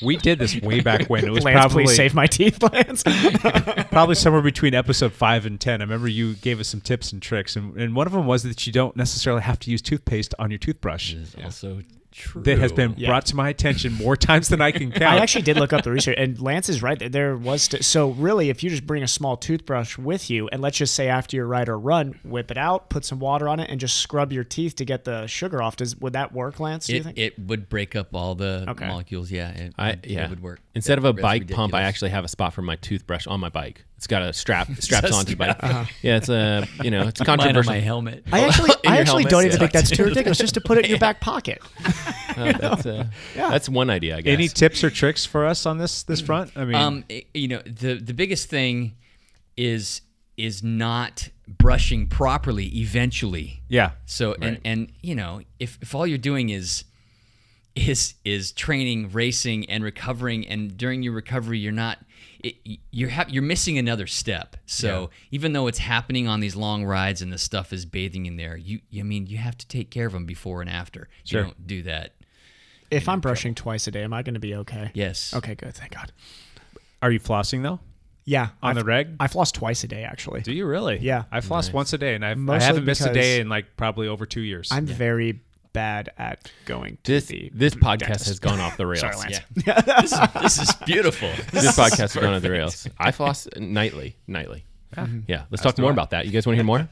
S3: we did this way back when. It was
S10: Lance,
S3: probably
S10: please save my teeth, <laughs> Lance.
S3: <laughs> probably somewhere between episode five and ten. I remember you gave us some tips and tricks, and, and one of them was that you don't necessarily have to use toothpaste on your toothbrush.
S9: Mm-hmm. also true.
S3: That has been
S10: Yeah.
S3: brought to my attention more <laughs> times than I can count.
S10: I actually did look up the research,
S3: <laughs>
S10: and Lance is right. There was st- so really, if you just bring a small toothbrush with you, and let's just say after your ride or run, whip it out, put some water on it, and just scrub your teeth to get the sugar off. Does would that work, Lance? Do you
S9: It,
S10: think?
S9: it would break up all the
S10: Okay.
S9: molecules. Yeah, it,
S8: I
S9: it
S8: yeah.
S9: would work.
S8: Instead of a
S9: That's
S8: bike pump, I
S9: ridiculous.
S8: actually have a spot for my toothbrush on my bike. It's got a
S3: <laughs>
S8: strap
S9: It's
S8: strapped
S9: a
S8: onto the bike.
S9: strap. Uh-huh.
S8: Yeah, it's a you know it's
S9: Mine on my
S8: controversial.
S9: helmet. <laughs>
S10: I actually,
S8: In
S10: I
S8: your
S10: actually
S8: helmet?
S10: don't even think
S8: Yeah.
S10: that's too ridiculous. Just to put it in your back pocket.
S8: Oh, <laughs> that's, uh,
S10: Yeah.
S8: that's one idea, I guess.
S3: <laughs> Any tips or tricks for us on this this front? I mean,
S9: um, i- you know, the the biggest thing is is not brushing properly eventually.
S3: Yeah.
S9: So and and you know, if if all you're doing is is is training, racing and recovering and during your recovery you're not it, you're ha- you're missing another step. So even though it's happening on these long rides and the stuff is bathing in there, you you- I mean, you have to take care of them before and after.
S10: Sure.
S9: You don't do that.
S10: If I'm brushing twice a day, am I going to be okay?
S9: Yes.
S10: Okay, good. Thank God.
S3: are you flossing though?
S10: Yeah.
S3: On
S10: I've-
S3: the reg?
S10: I floss twice a day actually.
S3: Do you really?
S10: Yeah.
S3: I floss once a day, and I've, I
S10: Mostly
S3: haven't missed a day
S10: because
S3: in like probably over two years.
S10: I'm very bad at going to
S8: This-
S10: the
S8: this podcast
S10: dentist.
S8: has gone off the <laughs> rails.
S10: Sorry, Lance. <laughs>
S9: Yeah. This is-
S3: <laughs>
S9: this is beautiful.
S8: This, <laughs>
S9: This is
S8: podcast is going on the
S9: perfect.
S8: rails. <laughs> I floss nightly, nightly.
S9: Yeah.
S8: Yeah,
S9: Mhm.
S10: Mm-hmm.
S8: let's
S9: That's
S8: talk more
S9: right.
S8: about that. You guys want to hear <laughs> more?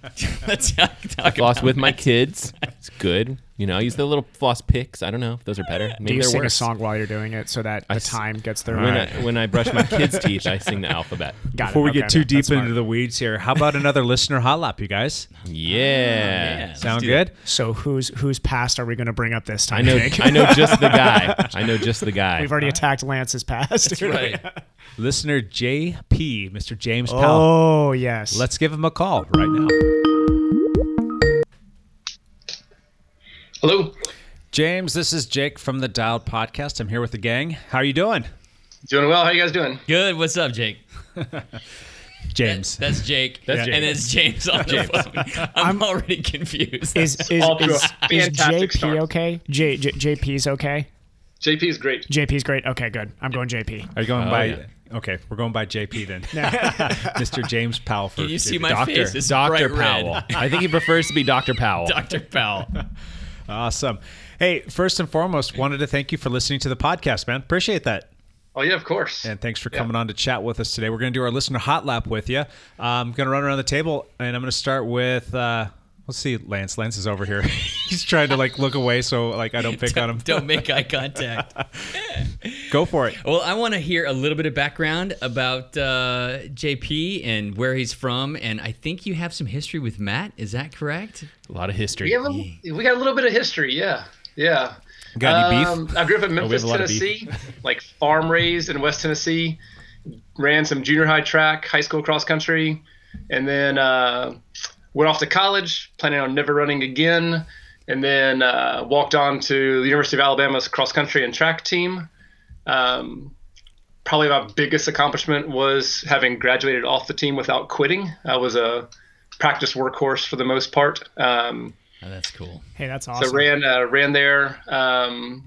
S9: Let's talk-
S8: I
S9: talk
S8: floss
S9: <laughs> about
S8: with my
S9: that.
S8: kids. It's good. You know, I use the little floss picks. I don't know if those are better. Maybe
S10: Do you
S8: they're
S10: sing
S8: worse.
S10: a song while you're doing it so that the time gets there?
S8: When, I, when I brush my
S10: <laughs>
S8: kids' teeth, I sing the alphabet.
S10: Got
S3: Before
S10: it.
S3: we
S10: Okay,
S3: get too
S10: that's
S3: deep
S10: smart.
S3: into the weeds here, how about another <laughs> listener hot lap, you guys?
S8: Oh, Yeah.
S3: Sound good?
S10: So who's whose past are we going to bring up this time?
S8: I know-
S3: <laughs>
S10: Jake?
S8: I know just the
S10: <laughs>
S8: guy. I know just the guy.
S10: We've already attacked Lance's past.
S3: Listener JP, Mr. James Powell.
S10: <laughs> oh yes.
S3: Let's give him a call right now.
S1: Hello.
S3: James, this is Jake from the Dialed Podcast. I'm here with the gang. How are you doing?
S1: Doing well. How you guys doing?
S9: Good. What's up, Jake?
S3: <laughs> James.
S9: That's Jake.
S3: That's Jake.
S9: And it's James on
S3: James.
S9: the phone. <laughs> I'm, already confused.
S10: Is is, is, is JP okay? J, J, JP's okay.
S1: JP is great.
S10: JP's great. Okay, good. I'm going JP.
S3: Are you going
S10: Oh,
S3: by?
S10: yeah.
S3: Okay, we're going by JP
S9: <laughs>
S3: then. Mr. James Powell. For
S9: Can you see
S3: JP.
S9: my
S3: Doctor,
S9: face? It's
S3: Doctor
S9: bright red.
S3: Powell.
S9: I think he
S8: prefers to be Doctor Powell.
S9: Dr. Powell.
S3: awesome. Hey, first and foremost, wanted to thank you for listening to the podcast, man. Appreciate that.
S1: Oh yeah, of course.
S3: And thanks for coming on to chat with us today. We're going to do our listener hot lap with you. I'm going to run around the table, and I'm going to start with. Uh, Let's see, Lance. Lance is over here. <laughs> He's trying to like look away so like I don't pick on <laughs> him.
S9: Don't make eye contact.
S3: <laughs> Go for it.
S9: Well, I want to hear a little bit of background about uh, JP and where he's from. And I think you have some history with Matt. Is that correct?
S8: A lot of history.
S1: We, have a, we got a little bit of history. Yeah. Yeah.
S9: Got any beef?
S1: Um, I grew up
S9: Oh,
S1: in
S9: we have
S1: Memphis,
S9: a lot of beef.
S1: Tennessee, like farm raised in West Tennessee. Ran some junior high track, high school cross country, and then uh, went off to college, planning on never running again. And then uh, walked on to the University of Alabama's cross country and track team. Um, probably my biggest accomplishment was having graduated off the team without quitting. I was a practice workhorse for the most part. Um,
S9: Oh, that's cool.
S10: Hey, that's awesome.
S1: So ran uh, ran there, um,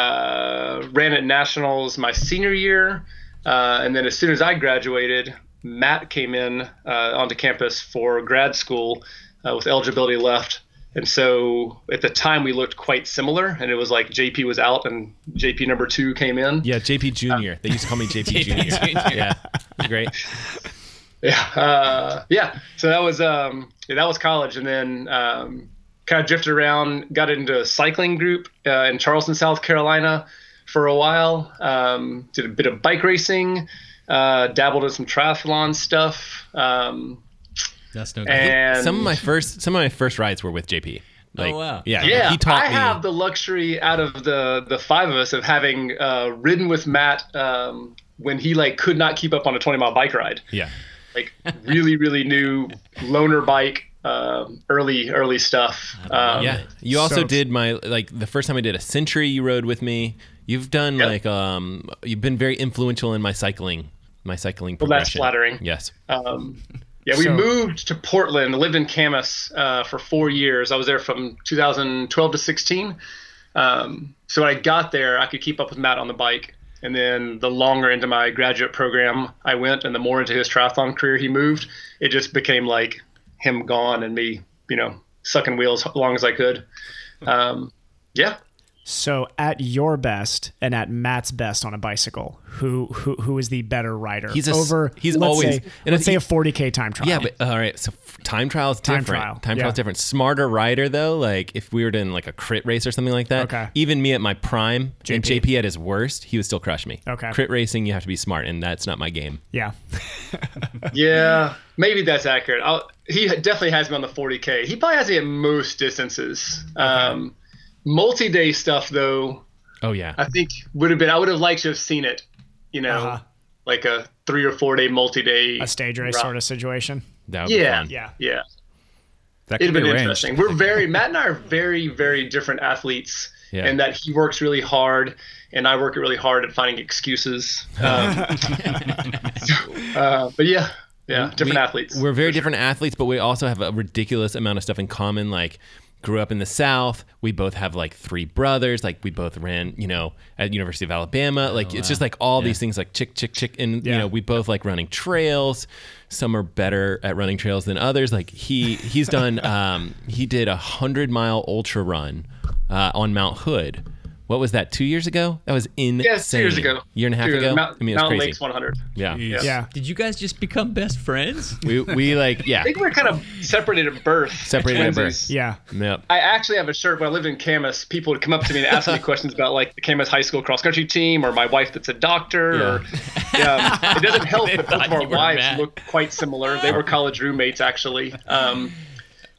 S1: uh, ran at nationals my senior year, uh, and then as soon as I graduated, Matt came in uh, onto campus for grad school uh, with eligibility left. And so at the time we looked quite similar, and it was like JP was out and JP number two came in.
S8: Yeah, JP Junior. They used to call me
S9: <laughs>
S8: JP Junior. yeah, great.
S1: yeah, uh, yeah. So that was um, yeah, that was college, and then um, kind of drifted around. Got into a cycling group uh, in Charleston, South Carolina, for a while. Um, did a bit of bike racing, uh, dabbled in some triathlon stuff. Um,
S9: That's no
S8: I think
S1: And
S8: some of my first some of my first rides were with JP. Like,
S9: oh wow!
S8: Yeah, he taught
S1: I
S8: me.
S1: have the luxury out of the the five of us of having uh, ridden with Matt um, when he like could not keep up on a twenty mile bike ride.
S8: yeah.
S1: Like really, really new loner bike, um, early early stuff. Um,
S8: yeah. You also did my like the first time I did a century. You rode with me. You've done like um. You've been very influential in my cycling. My cycling
S1: Well, that's
S8: progression.
S1: flattering.
S8: Yes.
S1: Um, yeah, we
S8: So-
S1: moved to Portland, lived in Camas uh, for four years. I was there from 2012 to 16. Um, so when I got there, I could keep up with Matt on the bike. And then the longer into my graduate program I went and the more into his triathlon career he moved, it just became like him gone and me, you know, sucking wheels as long as I could. Um, yeah.
S10: So at your best and at Matt's best on a bicycle, who who who is the better rider?
S8: He's a s-
S10: over.
S8: he's
S10: let's
S8: always-
S10: say,
S8: and
S10: let's
S8: he-
S10: say a 40k time trial.
S8: Yeah, but all right. So f- time trial is
S10: Time
S8: different.
S10: trial,
S8: Time
S10: yeah.
S8: trial is different. Smarter rider though. Like if we were in like a crit race or something like that.
S10: Okay.
S8: Even me at my prime and
S10: JP.
S8: JP at his worst, he would still crush me.
S10: Okay.
S8: Crit racing, you have to be smart, and that's not my game.
S10: yeah.
S1: Yeah, maybe that's accurate. I'll, he definitely has me on the 40k. He probably has me at most distances. Um, multi-day stuff though,
S8: Oh yeah.
S1: I think would have been. I would have liked to have seen it. You know,
S10: Uh-huh.
S1: like a three or four day multi-day.
S10: a stage race
S1: route.
S10: sort of situation.
S8: That
S1: Yeah,
S10: yeah,
S1: yeah.
S3: That
S1: It'd have
S3: could be
S1: been
S3: arranged.
S1: interesting. We're very Matt and I are very very different athletes.
S3: Yeah.
S1: in that he works really hard, and I work really hard at finding excuses. Um,
S3: <laughs>
S1: <laughs> so, uh, but yeah, yeah, different
S8: we-
S1: athletes.
S8: We're very different athletes, but we also have a ridiculous amount of stuff in common. Like, grew up in the South. We both have like three brothers. Like, we both ran, you know, at University of
S1: Oh,
S8: Alabama. Like, it's just like all these things, like chick, chick, chick, and you know, we both like running trails. Some are better at running trails than others. Like he, he's done. <laughs> um, he did a hundred mile ultra run uh, on Mount Hood. What was that? Two years ago? That was insane.
S1: Yeah, it's two years ago.
S8: Year and a half
S1: Two years
S8: ago.
S1: Mount-
S8: I mean, it was
S1: Mountain
S8: crazy.
S1: Lakes 100.
S8: Yeah.
S1: Jeez. Yeah.
S9: Did you guys just become best friends?
S8: We we like
S1: <laughs>
S8: yeah.
S1: I think we're kind of separated at birth.
S8: separated at
S1: Twinsies.
S8: birth. Yep.
S1: I actually have a shirt when I lived in Camas. People would come up to me and ask
S8: <laughs>
S1: me questions about like the Camas High School cross country team or my wife that's a doctor. Or, um, it
S8: <laughs>
S1: doesn't help that both of our wives look quite similar. They were college roommates, actually. Um,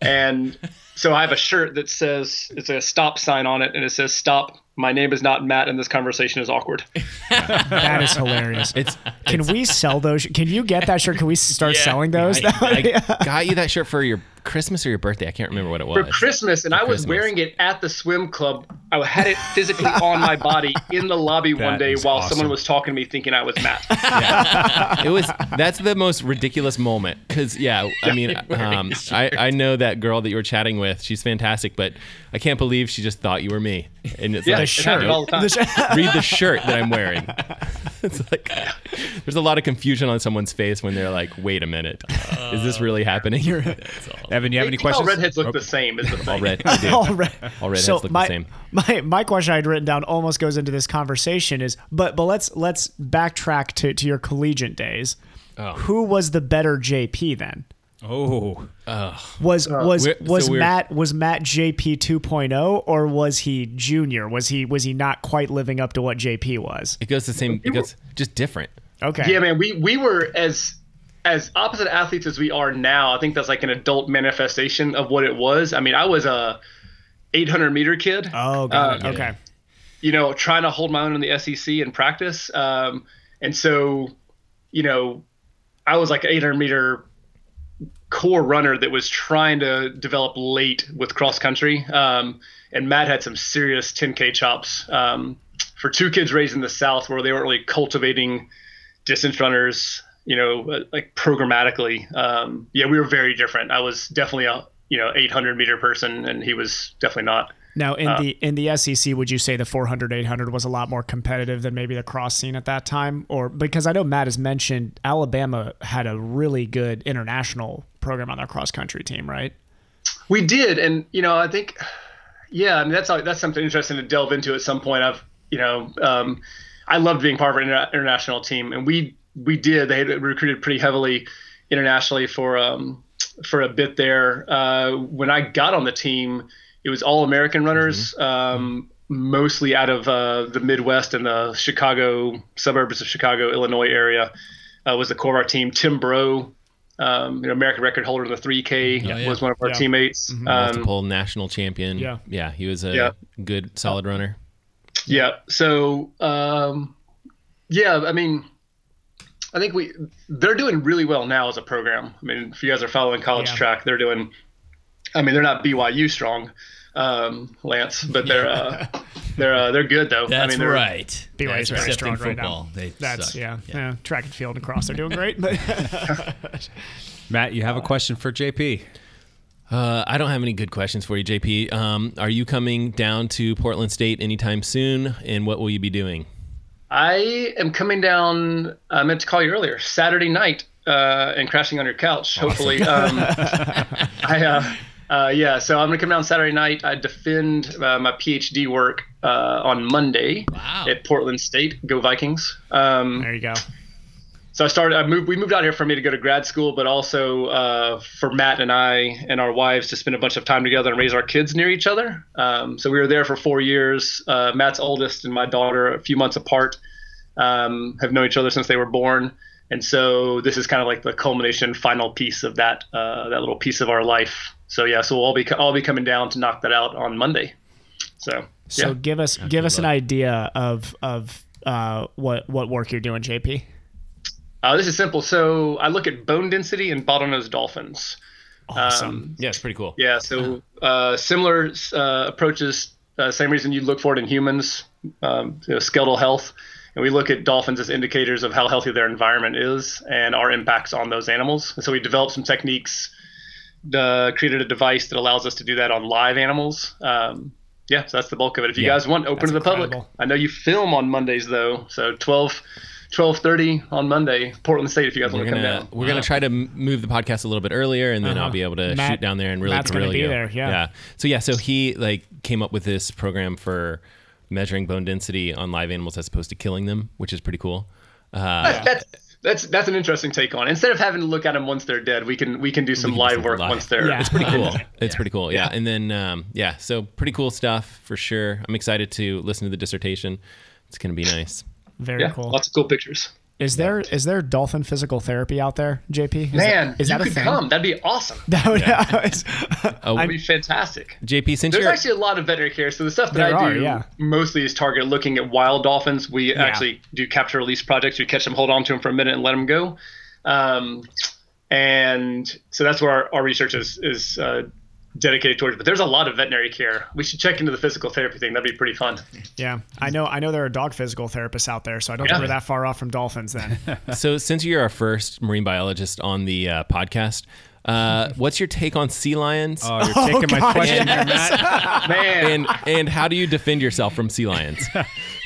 S1: and so I have a shirt that says, it's a stop sign on it, and it says, Stop. My name is not Matt, and this conversation is awkward.
S10: That is hilarious.
S3: <laughs>
S10: It's, can we sell those? Can you get that shirt? Can we start selling those?
S3: <laughs>
S8: I, I got you that shirt for your Christmas or your birthday. I can't remember what it was.
S1: for Christmas, and I was
S8: Christmas.
S1: wearing it at the swim club. I had it physically on my body in the lobby one
S8: <laughs> That
S1: day
S8: is
S1: while
S8: awesome.
S1: someone was talking to me, thinking I was
S8: <laughs>
S1: Matt.
S8: it was that's the most ridiculous moment because yeah, I
S1: <laughs>
S8: mean, um, I I know that girl that you were chatting with. She's fantastic, but I can't believe she just thought you were me. And it's
S1: Yeah,
S8: like
S1: it happens
S8: nope.
S1: all the time. The shirt.
S8: read the shirt that I'm
S1: <laughs>
S8: wearing. <laughs> It's like there's a lot of confusion on someone's face when they're like, "Wait a minute, is this really happening?" <laughs> Oh,
S3: Evan, you have any
S1: All
S3: questions?
S1: redheads look the same. Is the thing.
S8: All
S3: <laughs>
S8: red, I
S10: <laughs>
S8: do.
S10: All red.
S8: all redheads
S10: so
S8: look
S10: my,
S8: the same.
S10: My my question I'd written down almost goes into this conversation is but but let's let's backtrack to, to your collegiate days.
S8: Oh.
S10: Who was the better JP then?
S3: Oh,
S10: Was
S1: Uh,
S10: was
S8: We're-
S10: was
S8: so we're-
S10: Matt was Matt JP 2.0 oh, or was he junior? Was he was he not quite living up to what JP was?
S8: It goes the same. It goes just different.
S10: Okay.
S1: Yeah, man. We we were as as opposite athletes as we are now. I think that's like an adult manifestation of what it was. I mean, I was a 800 meter kid.
S10: Oh, got
S1: Uh,
S10: it. Okay.
S1: you know, trying to hold my own in the SEC in practice. Um, and so, you know, I was like an 800 meter core runner that was trying to develop late with cross country. Um, and Matt had some serious 10K chops um, for two kids raised in the South where they weren't really cultivating distance runners, you know, uh, like programmatically. Um, yeah, we were very different. I was definitely a, you know, 800 meter person and he was definitely not.
S10: Now in
S1: Uh,
S10: the in the SEC, would you say the 400 800 was a lot more competitive than maybe the cross scene at that time? Or because I know Matt has mentioned Alabama had a really good international program on their cross country team, right?
S1: We did, and you know, I think, yeah, I mean, that's that's something interesting to delve into at some point. I've, you know, um, I loved being part of an inter- international team, and we we did. They had recruited pretty heavily internationally for um, for a bit there. Uh, when I got on the team, it was all American runners, um, mostly out of uh, the Midwest and the Chicago suburbs of Chicago, Illinois area. Uh, was the core of our team. Tim Bro um, you know, American record holder in the 3K
S8: Yeah. Oh, yeah.
S1: was one of our
S8: Yeah.
S1: teammates. Um,
S8: Multiple national champion.
S1: yeah.
S8: Yeah. He was a
S1: Yeah.
S8: good, solid runner.
S1: Yeah. So, um, yeah, I mean, I think we they're doing really well now as a program. I mean, if you guys are following college track, they're doing. I mean, they're not BYU strong, um, Lance, but they're
S9: <laughs>
S1: uh, they're uh, they're good though. I
S9: That's
S1: mean, they're,
S9: right.
S10: BYU
S9: That's
S10: is very
S9: right.
S10: strong
S9: Except in
S10: right now.
S9: football, they
S10: That's
S9: suck.
S10: yeah, yeah. Track and field and cross, they're doing great. But
S3: Matt, you have a question for JP.
S8: Uh, I don't have any good questions for you, JP. Um, are you coming down to Portland State anytime soon? And what will you be doing?
S1: I am coming down. I meant to call you earlier Saturday night uh, and crashing on your couch. Hopefully, um, I uh, uh, yeah. So I'm gonna come down Saturday night. I defend uh, my PhD work uh, on Monday at Portland State. Go Vikings! Um,
S10: there you <laughs> go.
S1: So I started. I moved. We moved out here for me to go to grad school, but also uh, for Matt and I and our wives to spend a bunch of time together and raise our kids near each other. Um, so we were there for four years. Uh, Matt's oldest and my daughter, a few months apart, um, have known each other since they were born. And so this is kind of like the culmination, final piece of that uh, that little piece of our life. So yeah, so we'll all be I'll be coming down to knock that out on Monday. So
S10: So
S1: yeah.
S10: give us give us an idea of of uh, what what work you're doing, JP.
S1: Uh, this is simple. So I look at bone density in bottlenose dolphins. Um,
S10: Awesome.
S8: yeah, it's pretty cool.
S1: Yeah. So uh, similar uh, approaches, uh, same reason you look for it in humans, um, you know, skeletal health. And we look at dolphins as indicators of how healthy their environment is and our impacts on those animals. And so we developed some techniques, uh, created a device that allows us to do that on live animals. Um, yeah, so that's the bulk of it. If you
S8: Yeah,
S1: guys want, open to the public. I know you film on Mondays though, so 12, 12.30 on Monday, Portland State. If you guys
S8: We're
S1: want to come down,
S8: gonna we're gonna try to m- move the podcast a little bit earlier, and then
S1: Uh-huh.
S8: I'll be able to
S1: Matt-
S8: shoot down there and really
S10: Matt's gonna
S8: gorilla
S10: be
S8: you.
S10: there, yeah.
S8: So yeah, so he like came up with this program for measuring bone density on live animals as opposed to killing them, which is pretty cool. Uh,
S1: that's that's that's an interesting take on. it. Instead of having to look at them once they're dead, we can we can do some live work once they're.
S8: It's pretty cool. Uh, <laughs> It's pretty cool. Yeah. And then um, yeah, so pretty cool stuff for sure. I'm excited to listen to the dissertation. It's gonna be nice.
S10: <laughs> Very
S1: Yeah,
S10: cool.
S1: Lots of cool pictures.
S10: Is there is there dolphin physical therapy out there, JP? Is
S1: Man,
S10: that, is
S1: you
S10: that a
S1: could
S10: thing?
S1: come. That'd be awesome.
S10: <laughs> That would <laughs>
S3: <laughs> Oh.
S1: That'd be fantastic.
S8: JP, since
S1: There's
S8: you're
S1: actually a lot of veterinary care. So the stuff that
S8: There
S1: I
S8: are,
S1: do
S8: yeah.
S1: mostly is target looking at wild dolphins. We
S8: Yeah.
S1: actually do capture release projects. We catch them, hold on to them for a minute, and let them go. Um, and so that's where our, our research is is uh, dedicated towards. But there's a lot of veterinary care. We should check into the physical therapy thing. That'd be pretty
S10: <laughs>
S1: fun.
S10: yeah, I know. I know there are dog physical therapists out there, so I don't
S1: Yeah.
S10: think we're that far off from dolphins.
S3: <laughs>
S10: Then
S8: so since you're our first marine biologist on the uh, podcast
S1: <laughs>
S8: uh, what's your take on sea lions?
S3: Oh, you're Oh,
S10: <laughs>
S3: taking my God, question there, yes. Matt. Man.
S8: And
S3: <laughs>
S8: and how do you defend yourself from sea lions?
S3: How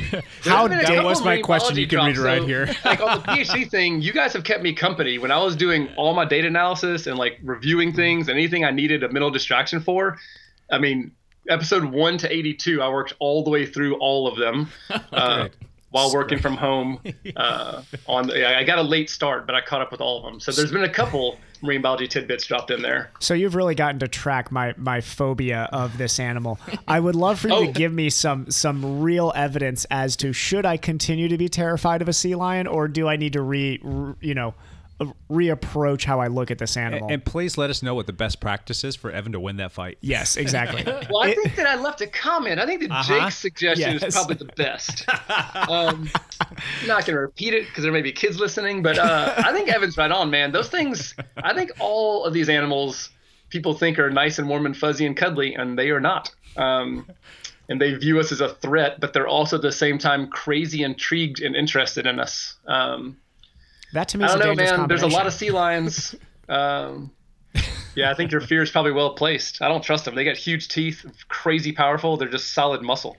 S1: There's been a
S3: dare-
S1: couple
S3: was my
S1: marine
S3: question. You
S1: biology
S3: can read
S1: drops,
S3: it right
S1: so,
S3: here.
S1: <laughs> like on the PhD thing, you guys have kept me company when I was doing all my data analysis and like reviewing things and anything I needed a mental distraction for. I mean, episode one to eighty-two, I worked all the way through all of
S3: <laughs>
S1: them. Uh, While working from home, uh, on the, I got a late start, but I caught up with all of them. So there's been a
S3: <laughs>
S1: couple marine biology tidbits dropped in there.
S10: So you've really gotten to track my my phobia of this animal. I would love for you
S1: <laughs> Oh.
S10: to give me some some real evidence as to should I continue to be terrified of a sea lion or do I need to re, re- you know uh, reapproach how I look at this animal?
S3: And, and please let us know what the best practice is for Evan to win that fight. <laughs>
S10: yes, exactly.
S1: Well, I think that I left a comment. I think that
S3: Uh-huh.
S1: Jake's suggestion
S3: Yes.
S1: is probably the
S3: <laughs>
S1: best. um, I'm not going to repeat it because there may be kids listening, but uh, I think Evan's right on, man. Those things, I think all of these animals people think are nice and warm and fuzzy and cuddly, and they are not. Um, and they view us as a threat, but they're also at the same time crazy, intrigued, and interested in us. Um,
S10: that to me
S1: I
S10: is
S1: don't
S10: a
S1: know,
S10: dangerous
S1: man. There's a lot
S10: combination.
S1: of sea lions. Um, yeah, I think your fear is probably well placed. I don't trust them. They got huge teeth, crazy powerful. They're just solid muscle.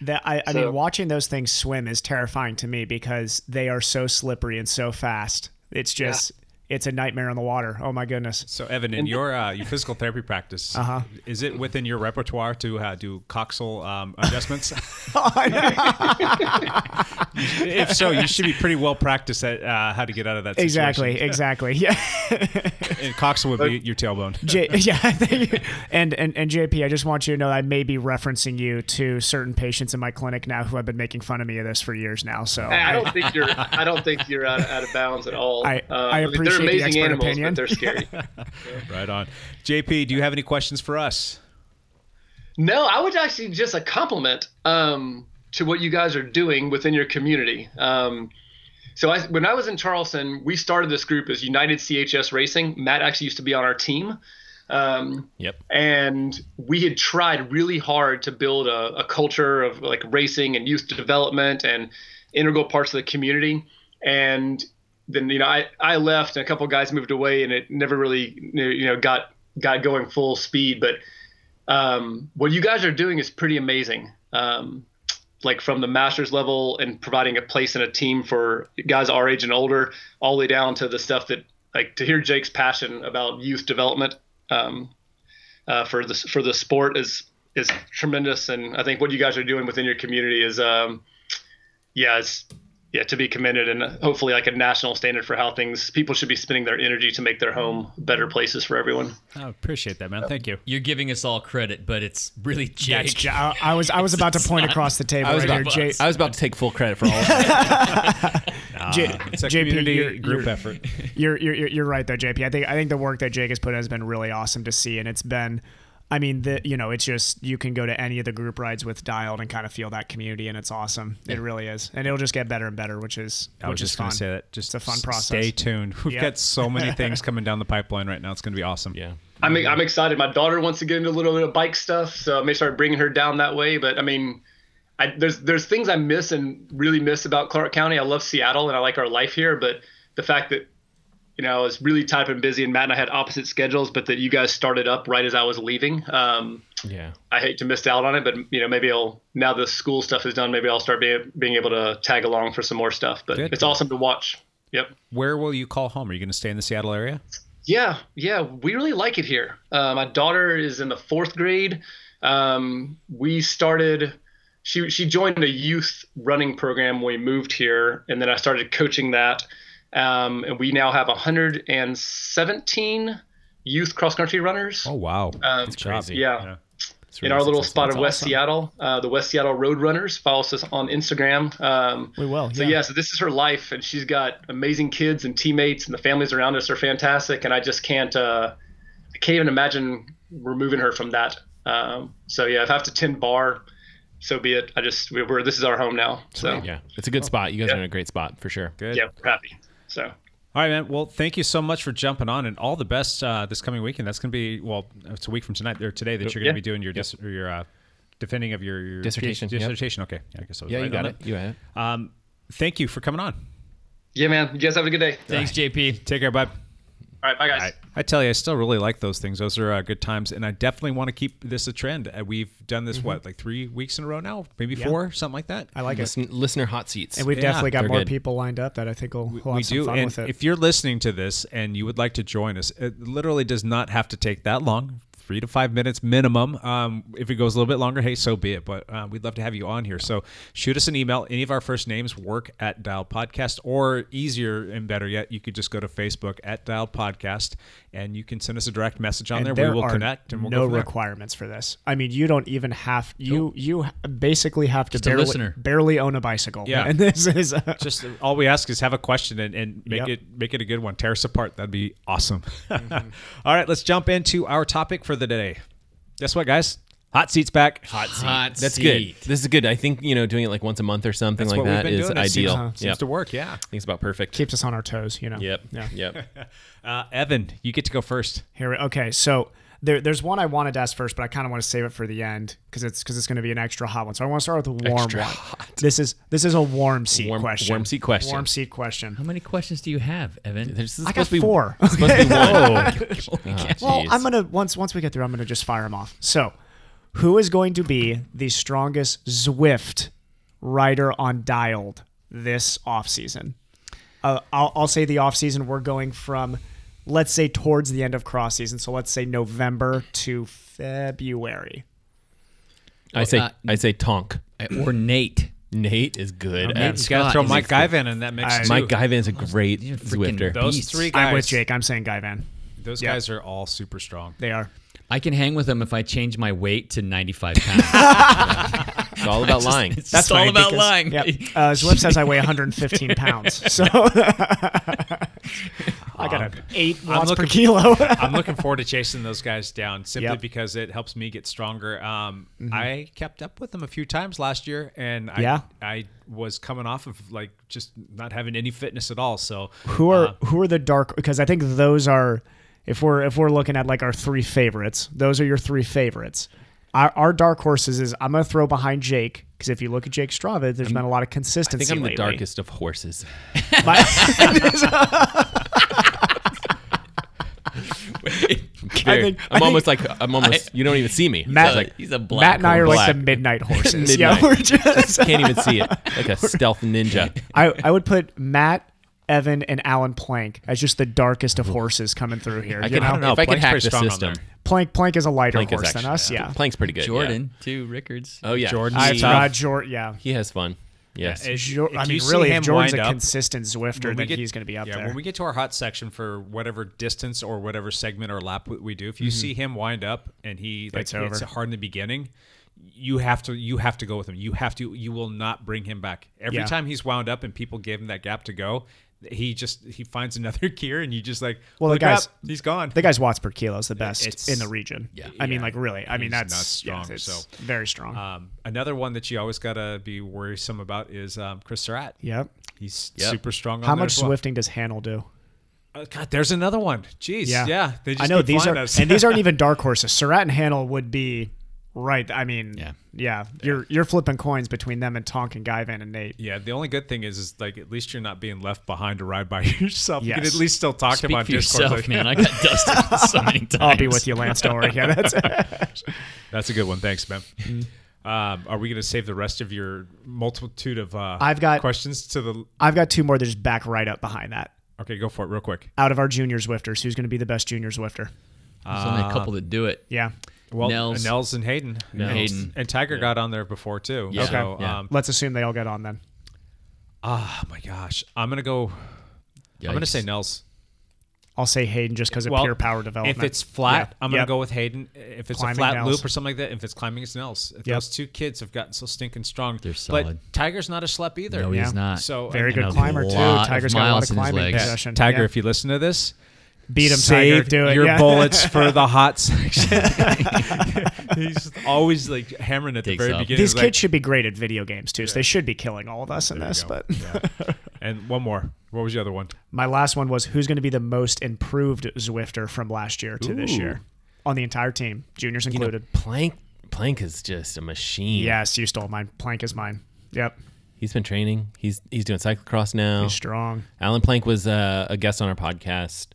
S10: That I, I
S1: So-
S10: mean, watching those things swim is terrifying to me because they are so slippery and so fast. It's
S3: Yeah.
S10: just it's a nightmare on the water. Oh my goodness.
S3: So Evan, in your uh, your physical therapy practice,
S10: Uh-huh.
S3: is it within your
S10: <laughs> Oh,
S3: repertoire to uh, do coxal um, adjustments? if so, you should be pretty well practiced at uh, how to get out of that.
S10: Exactly,
S3: situation.
S10: exactly. Yeah. <laughs>
S3: and Cox will be your tailbone.
S10: J- yeah, <laughs> thank you. and, and and JP, I just want you to know I may be referencing you to certain patients in my clinic now who have been making fun of me of this for years now. So
S1: I don't think you're. I don't think you're out, out of bounds at all.
S10: I-
S1: Uh,
S10: I
S1: mean, they're
S10: appreciate the
S1: amazing animals,
S10: expert
S1: but
S10: opinion.
S1: they're
S10: <laughs>
S1: scary.
S3: Right on. JP, do you have any questions for us?
S1: No, I would actually just a compliment um, to what you guys are doing within your community. Um, so I, when I was in Charleston, we started this group as United CHS Racing. Matt actually used to be on our team. Um,
S8: Yep.
S1: and we had tried really hard to build a, a culture of like racing and youth development and integral parts of the community and then you know i, I left and a couple guys moved away and it never really you know got got going full speed but um, what you guys are doing is pretty amazing um, like from the masters level and providing a place in a team for guys our age and older all the way down to the stuff that like to hear jake's passion about youth development um, uh, for this for the sport is is tremendous, and I think what you guys are doing within your community is, um, yeah, it's yeah to be commended, and hopefully like a national standard for how things people should be spending their energy to make their home better places for everyone.
S3: I appreciate that, man. Thank you.
S9: You're giving us all credit, but it's really Jake.
S10: That's J- I, I was I was about to point
S9: not-
S10: across the table
S8: I was,
S10: right
S8: about,
S10: here, J-
S8: I was about to take full credit for all of
S3: <laughs>
S10: J-
S8: that. <laughs>
S3: Ah. It's a
S10: JP,
S3: community
S10: you're-
S3: group
S10: you're- <laughs>
S3: effort.
S10: You're, you're you're you're right though, JP. I think I think the work that Jake has put in has been really awesome to see, and it's been. I mean, the, you know, it's just you can go to any of the group rides with Dialed and kind of feel that community, and it's awesome. It really is, and it'll just get better and better, which is
S3: I was
S10: which is
S3: just going
S10: fun.
S3: to say that. Just
S10: it's a fun
S3: s-
S10: process.
S3: Stay tuned. We've
S10: Yeah.
S3: got so
S10: <laughs>
S3: many things coming down the pipeline right now. It's going to be awesome.
S8: Yeah.
S1: I'm I'm excited. My daughter wants to get into a little bit of bike stuff, so I may start bringing her down that way. But I mean, I, there's there's things I miss and really miss about Clark County. I love Seattle and I like our life here, but the fact that you know I was really type and busy, and Matt and I had opposite schedules, but that you guys started up right as I was leaving. Um,
S8: yeah.
S1: I hate to miss out on it, but you know maybe I'll now the school stuff is done. Maybe I'll start be, being able to tag along for some more stuff. But
S3: Good.
S1: it's awesome to watch. Yep.
S3: Where will you call home? Are you going to stay in the Seattle area?
S1: Yeah, yeah, we really like it here. Uh, my daughter is in the fourth grade. Um, we started. She she joined a youth running program when we moved here, and then I started coaching that. Um, and we now have 117 youth cross country runners.
S3: Oh wow,
S1: um,
S8: crazy.
S1: Yeah. in our little spot of West Seattle, uh, the West Seattle Road Runners follows us on Instagram. Um,
S10: We will.
S1: so yeah, so this is her life, and she's got amazing kids and teammates, and the families around us are fantastic. And I just can't, uh, I can't even imagine removing her from that. Um, so yeah, if I have to tend bar, so be it. I just we're, we're this is our home now. So
S8: Yeah. It's a good spot. You guys are in a great spot for sure.
S3: Good.
S1: yeah, we're happy. So
S3: All right, man. Well, thank you so much for jumping on, and all the best uh, this coming weekend. That's going to be well, it's a week from tonight or today that you're going to
S8: Yeah.
S3: be doing your dis- or your uh, defending of your, your
S8: Dissertation,
S3: PhD
S8: yep.
S3: Dissertation. Okay. Yeah, I guess I was
S8: Yeah,
S3: right
S8: you got
S3: on
S8: it. You had it.
S3: Um, thank you for coming on.
S1: yeah, man, you guys have a good day.
S9: Thanks, JP.
S3: Take care, bud.
S1: All right, bye guys.
S3: I tell you, I still really like those things. Those are uh, good times, and I definitely want to keep this a trend. Uh, We've done this what like three weeks in a row now, maybe
S10: Yeah.
S3: four, something like that.
S10: I like it.
S8: Listen, listener hot seats.
S10: And we've
S3: Yeah,
S10: definitely got
S3: they're
S10: more
S3: good.
S10: people lined up that I think will, will have
S3: we
S10: some
S3: do
S10: fun
S3: and
S10: with it.
S3: if you're listening to this and you would like to join us it literally does not have to take that long three to five minutes minimum um, if it goes a little bit longer hey so be it but uh, we'd love to have you on here so shoot us an email any of our first names work at dial podcast or easier and better yet you could just go to facebook at dial podcast and you can send us a direct message on
S10: And
S3: there,
S10: there
S3: we will
S10: are
S3: connect and we'll
S10: no
S3: go from there.
S10: requirements for this. I mean, you don't even have you you basically have to
S9: Just a
S10: barely,
S9: listener.
S10: barely own a bicycle.
S3: Yeah.
S10: and this is uh,
S3: <laughs> just all we ask is have a question and, and make
S10: Yep.
S3: it make it a good one tear us apart that'd be awesome
S10: Mm-hmm.
S3: <laughs> All right let's jump into our topic for the day guess what guys hot seats back hot seats.
S9: Hot
S8: That's
S9: seat.
S8: good. This is good. I think you know doing it like once a month or something
S3: That's
S8: like
S3: what we've
S8: that
S3: been
S8: is
S3: doing. It
S8: ideal.
S3: seems- seems to work, yeah.
S8: I think it's about perfect.
S10: keeps us on our toes. You know.
S8: Yep.
S10: Yeah.
S8: Yep.
S3: uh, evan you get to go first
S10: Here. we- Okay. So there, there's one I wanted to ask first, but I kind of want to save it for the end because it's because it's going to be an extra hot one. So I want to start with a warm
S8: Extra
S10: one. This is this is a warm seat
S8: Warm-
S10: question.
S8: warm seat question.
S10: Warm seat question.
S9: How many questions do you have, Evan?
S8: This is
S10: I
S8: supposed
S10: got
S8: to be
S10: four.
S8: It's supposed to be one.
S9: Oh,
S10: Well,
S8: jeez.
S10: I'm gonna once once we get through, I'm gonna just fire them off. So, who is going to be the strongest Zwift rider on Dialed this offseason? Uh, I'll, I'll say the offseason we're going from, let's say towards the end of cross season. So let's say November to February.
S8: I say
S9: Uh,
S8: I say Tonk.
S9: Ornate.
S8: Nate is good.
S3: Oh, Nate
S8: at-
S3: Scott Gotta throw is a Mike freak. Guyvan in that mix,
S8: I-
S3: too.
S8: Mike Guyvan's a great Zwifter.
S3: Those three guys.
S10: Uh, I'm with Jake. I'm saying Guy Van.
S3: Those
S10: Yeah.
S3: guys are all super strong.
S10: They are.
S9: I can hang with them if I change my weight to 95 pounds.
S8: it's all about lying.
S9: It's <laughs> just all about lying. <laughs>
S10: Yep. Uh, Zlip says I weigh 115
S3: <laughs>
S10: pounds, so <laughs> I got an eight
S3: I'm
S10: watts per
S3: looking-
S10: kilo.
S3: <laughs> I'm looking forward to chasing those guys down simply
S10: Yep.
S3: because it helps me get stronger. Um,
S10: Mhm.
S3: I kept up with them a few times last year, and I,
S10: Yeah.
S3: I was coming off of like just not having any fitness at all. So
S10: Who are
S8: Uh-huh.
S10: who are the dark? Because I think those are, if we're if we're looking at like our three favorites, those are your three favorites. Our, our dark horses is I'm gonna throw behind Jake because if you look at Jake Strava, there's been a lot of
S8: I
S10: consistency.
S8: think I'm the
S10: lately.
S8: darkest of horses.
S10: <laughs>
S8: Very-
S10: think-
S8: I'm
S10: I
S8: almost
S10: think-
S8: like I'm almost. you don't even see me.
S10: Matt-
S8: It's like,
S10: he's a black Matt and I are like
S8: <laughs>
S10: the midnight horses. Yeah, we're just- <laughs>
S8: can't even see it. Like a stealth
S3: <laughs>
S8: ninja.
S10: I, I would put Matt, Evan, and Alan Plank as just the darkest of horses coming through here.
S8: I
S10: you
S8: could- I don't know, If I could Plank's hack pretty the strong on system. there.
S10: Plank Plank is a lighter
S8: Plank is
S10: horse than
S8: actually-
S10: us. Yeah,
S8: Plank's pretty good. yeah.
S9: Jordan, too. Rickards.
S8: Oh yeah,
S10: Jordan.
S8: He's
S10: I've
S8: tough.
S10: got Jordan, yeah.
S8: he has fun. Yes,
S3: Yeah, if-
S10: Jo- I
S3: if
S10: mean,
S3: you see
S10: really, if
S3: him
S10: Jordan's
S3: wind
S10: a
S3: up-
S10: consistent Zwifter,
S3: when we
S10: then
S3: get-
S10: he's going to be up
S3: yeah,
S10: there.
S3: When we get to our hot section for whatever distance or whatever segment or lap we- we do, if you
S10: Mhm.
S3: see him wind up and he like
S10: It's
S3: hits
S10: over.
S3: it hard in the beginning, you have to you have to go with him. You have to you will not bring him back. Every
S10: Yeah.
S3: time he's wound up and people gave him that gap to go, he just he finds another <laughs> gear and you just like
S10: well, the
S3: look up,
S10: guy's
S3: he's gone.
S10: The guy's watts per kilo is the best
S3: It's-
S10: in the region.
S3: Yeah,
S10: I mean,
S3: yeah.
S10: like really. I mean,
S3: He's
S10: that's
S3: nuts
S10: yeah,
S3: strong.
S10: it's
S3: so
S10: very strong.
S3: Um, another one that you always gotta be worrisome about is um, Chris Surratt.
S10: Yep.
S3: he's super strong. On
S10: How
S3: there
S10: much
S3: as well.
S10: Swifting does Hannell do?
S3: Uh, God, there's another one. Jeez, yeah, they just
S10: I know
S3: keep
S10: these are,
S3: flying us.
S10: and
S3: <laughs>
S10: these aren't even dark horses. Surratt and Hannell would be right. I mean, yeah, You're you're flipping coins between them and Tonk and Guyvan and Nate.
S3: yeah, the only good thing is, is like at least you're not being left behind to ride by <laughs> yourself. You can
S10: Yes.
S3: at least still talk to him
S10: Speak
S3: on
S10: for
S3: Discord.
S10: yourself,
S3: like-
S10: <laughs> man. I got
S9: <laughs>
S10: dusted so many <laughs> I'll be
S3: <laughs>
S10: times. with you, Lance. Don't worry. Yeah, that's- <laughs>
S3: that's a good one. Thanks, man.
S10: Mm-hmm.
S3: Um, are we going to save the rest of your multitude of uh,
S10: I've got-
S3: questions to the?
S10: I've got two more that just back right up behind that.
S3: Okay, go for it real quick.
S10: Out of our junior Zwifters, who's going to be the best junior Zwifter?
S9: There's only a couple that do it.
S10: Yeah.
S3: Well, Nels,
S9: Nels.
S3: and Hayden,
S9: Nels. Hayden.
S3: and Tiger got on there before too.
S9: Yeah.
S3: So,
S10: Okay.
S3: um,
S10: Let's assume they all get on then.
S3: ah, my gosh, I'm gonna go. I'm gonna
S10: Yikes.
S3: say Nels.
S10: I'll say Hayden just because of pure power development.
S3: If it's flat,
S10: Yeah.
S3: I'm going to
S10: Yep.
S3: go with Hayden. If it's a
S10: Climbing
S3: flat
S10: nails.
S3: loop or something like that, if it's climbing, it's Nels. Those two kids have gotten so stinking strong. They're
S9: solid.
S3: But Tiger's not a schlep either.
S9: No, he's Yeah. not.
S3: So
S9: Very
S3: and-
S9: good
S3: and a
S9: climber, too.
S3: lot of
S9: Tiger's got a lot of
S3: miles in his
S9: climbing
S3: legs.
S10: possession.
S3: Tiger,
S10: Yeah.
S3: if you listen to this,
S10: Beat him,
S3: save
S10: Tiger. Do it.
S3: your
S10: Yeah.
S3: bullets for the hot section. <laughs> he's always like hammering at the
S10: Takes
S3: very
S10: up.
S3: beginning.
S10: <laughs> These
S3: like-
S10: kids should be great at video games too. So they should be killing all of us in
S3: There you
S10: this.
S3: go.
S10: But
S3: Yeah. and one more. What was the other one?
S10: <laughs> my last one was who's going to be the most improved Zwifter from last year to this
S8: Ooh.
S10: year on the entire team, juniors
S8: You know,
S10: included.
S8: Plank Plank is just a machine.
S10: Yes, you stole mine. Plank is mine. Yep.
S8: He's been training. He's he's doing cyclocross now.
S3: Oh.
S10: He's strong.
S8: Alan Plank was uh, a guest on our podcast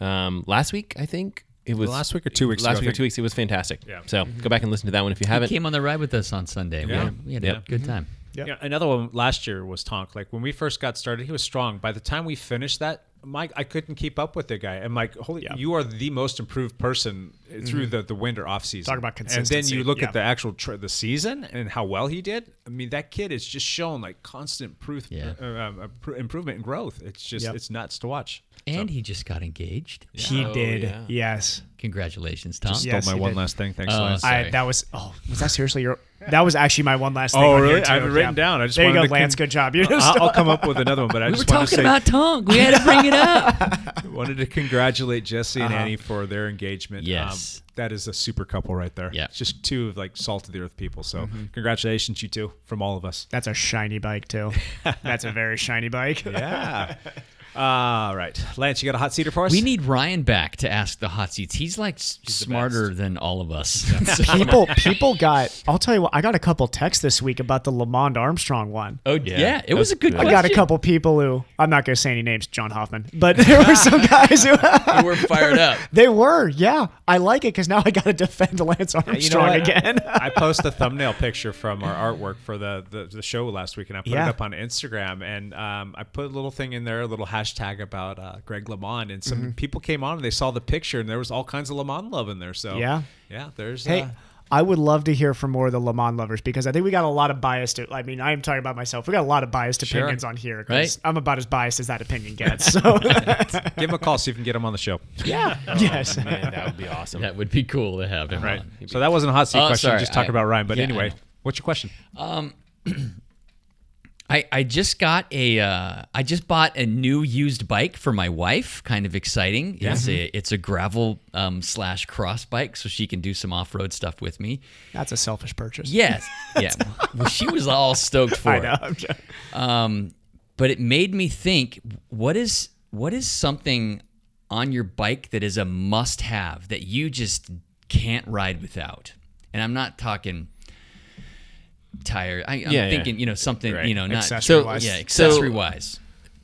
S8: um, last week, I think. It was
S3: Last week or two weeks
S8: Last
S3: ago, I
S8: week or
S3: think.
S8: two weeks. It was fantastic.
S3: Yeah. Mm-hmm.
S8: So go back and listen to that one if you haven't.
S3: <laughs>
S9: He came on the ride with us on Sunday. We had, we had a good time.
S3: Yeah, another one last year was Tonk. Like when we first got started, he was strong. By the time we finished that, Mike, I couldn't keep up with the guy. I'm like, holy, you are the most improved person through
S10: Mhm.
S3: the, the winter off season.
S10: Talk about
S3: And then
S10: consistency,
S3: you look
S10: yeah.
S3: at the actual tr the season and how well he did. I mean, that kid is just shown like constant proof, uh, um, uh, pr- improvement and growth. It's just
S9: Yep.
S3: it's nuts to watch.
S9: And he just got engaged.
S10: He Oh, did. yeah. Yes.
S9: Congratulations, Tom.
S3: Just stole Yes, my he one did. last thing. Thanks,
S9: Oh,
S3: Lance.
S9: sorry.
S10: I, that was oh was that seriously your that was actually my one last thing.
S3: Oh,
S10: on here,
S3: really?
S10: too.
S3: I have it written
S10: Yeah.
S3: down. I just
S10: there you go,
S3: wanted to
S10: Lance.
S3: con-
S10: Good job. <laughs> You
S3: I'll-
S10: just
S3: I'll come up with another one, but I
S9: we
S10: <laughs>
S3: just
S9: were
S3: wanted to
S9: talking
S3: say-
S9: about Tonk. We had to bring it up.
S3: Wanted to congratulate Jesse and
S9: Uh-huh.
S3: Annie for their engagement.
S9: Yes.
S3: that is a super couple right there. Yeah. Just two of like salt of the earth people. So
S10: Mhm.
S3: congratulations, you two, from all of us.
S10: That's a shiny bike
S3: <laughs>
S10: too. That's a very shiny bike.
S3: Yeah. All right. Lance, you got a hot seater for us?
S9: We
S3: <laughs>
S9: need Ryan back to ask the hot seats. He's like s- smarter than all of us. <laughs> So-
S10: people people got I'll tell you what, I got a couple texts this week about the Lamond Armstrong one.
S9: Oh, yeah. Yeah, it was a good
S10: I got a
S9: question.
S10: couple people who I'm not gonna say any names, John Hoffman, but <laughs> there were some guys who <laughs>
S9: They <laughs> were fired up.
S10: They were, yeah. I like it because now I gotta defend Lance
S3: Yeah,
S10: Armstrong
S3: you know what?
S10: again.
S3: <laughs> I post a <laughs> thumbnail picture from our artwork for the, the, the show last week, and I put
S10: Yeah.
S3: it up on Instagram. And um, I put a little thing in there, a little hashtag about uh, Greg LeMond. And some
S10: Mhm.
S3: people came on and they saw the picture, and there was all kinds of LeMond love in there. So
S10: Yeah.
S3: yeah, there's
S10: Hey,
S3: uh,
S10: I would love to hear from more of the Le Mans lovers because I think we got a lot of biased. I mean, I am talking about myself. We got a lot of biased
S3: Sure.
S10: opinions on here. 'cause
S3: Right.
S10: I'm about as biased as that
S3: <laughs>
S10: opinion gets. So
S3: Give him a call, see if you can get him on the show.
S10: Yeah. <laughs> Yes.
S8: Man, that would be awesome.
S9: That would be cool to have him.
S3: Right.
S9: on.
S3: So that wasn't a hot seat
S9: Oh,
S3: question.
S9: sorry,
S3: just talking
S9: I-
S3: about Ryan. But
S9: yeah, I
S3: anyway,
S9: know.
S3: what's your question?
S9: Um, <clears throat> I I just got a uh, I just bought a new used bike for my wife. Kind of exciting.
S10: Yeah.
S9: It's a
S3: Mm-hmm.
S9: it's a gravel um, slash cross bike, so she can do some off road stuff with me.
S10: that's a selfish purchase.
S9: Yes.
S3: <laughs>
S9: Yeah. Well, she was all stoked for
S10: I
S9: it.
S10: know, I'm joking.
S9: Um, but it made me think: what is what is something on your bike that is a must-have that you just can't ride without? And I'm not talking tire. I, I'm
S8: Yeah, yeah.
S9: thinking, you know, something,
S8: Right.
S9: you know, not
S8: So-
S9: Yeah,
S8: so
S9: accessory wise.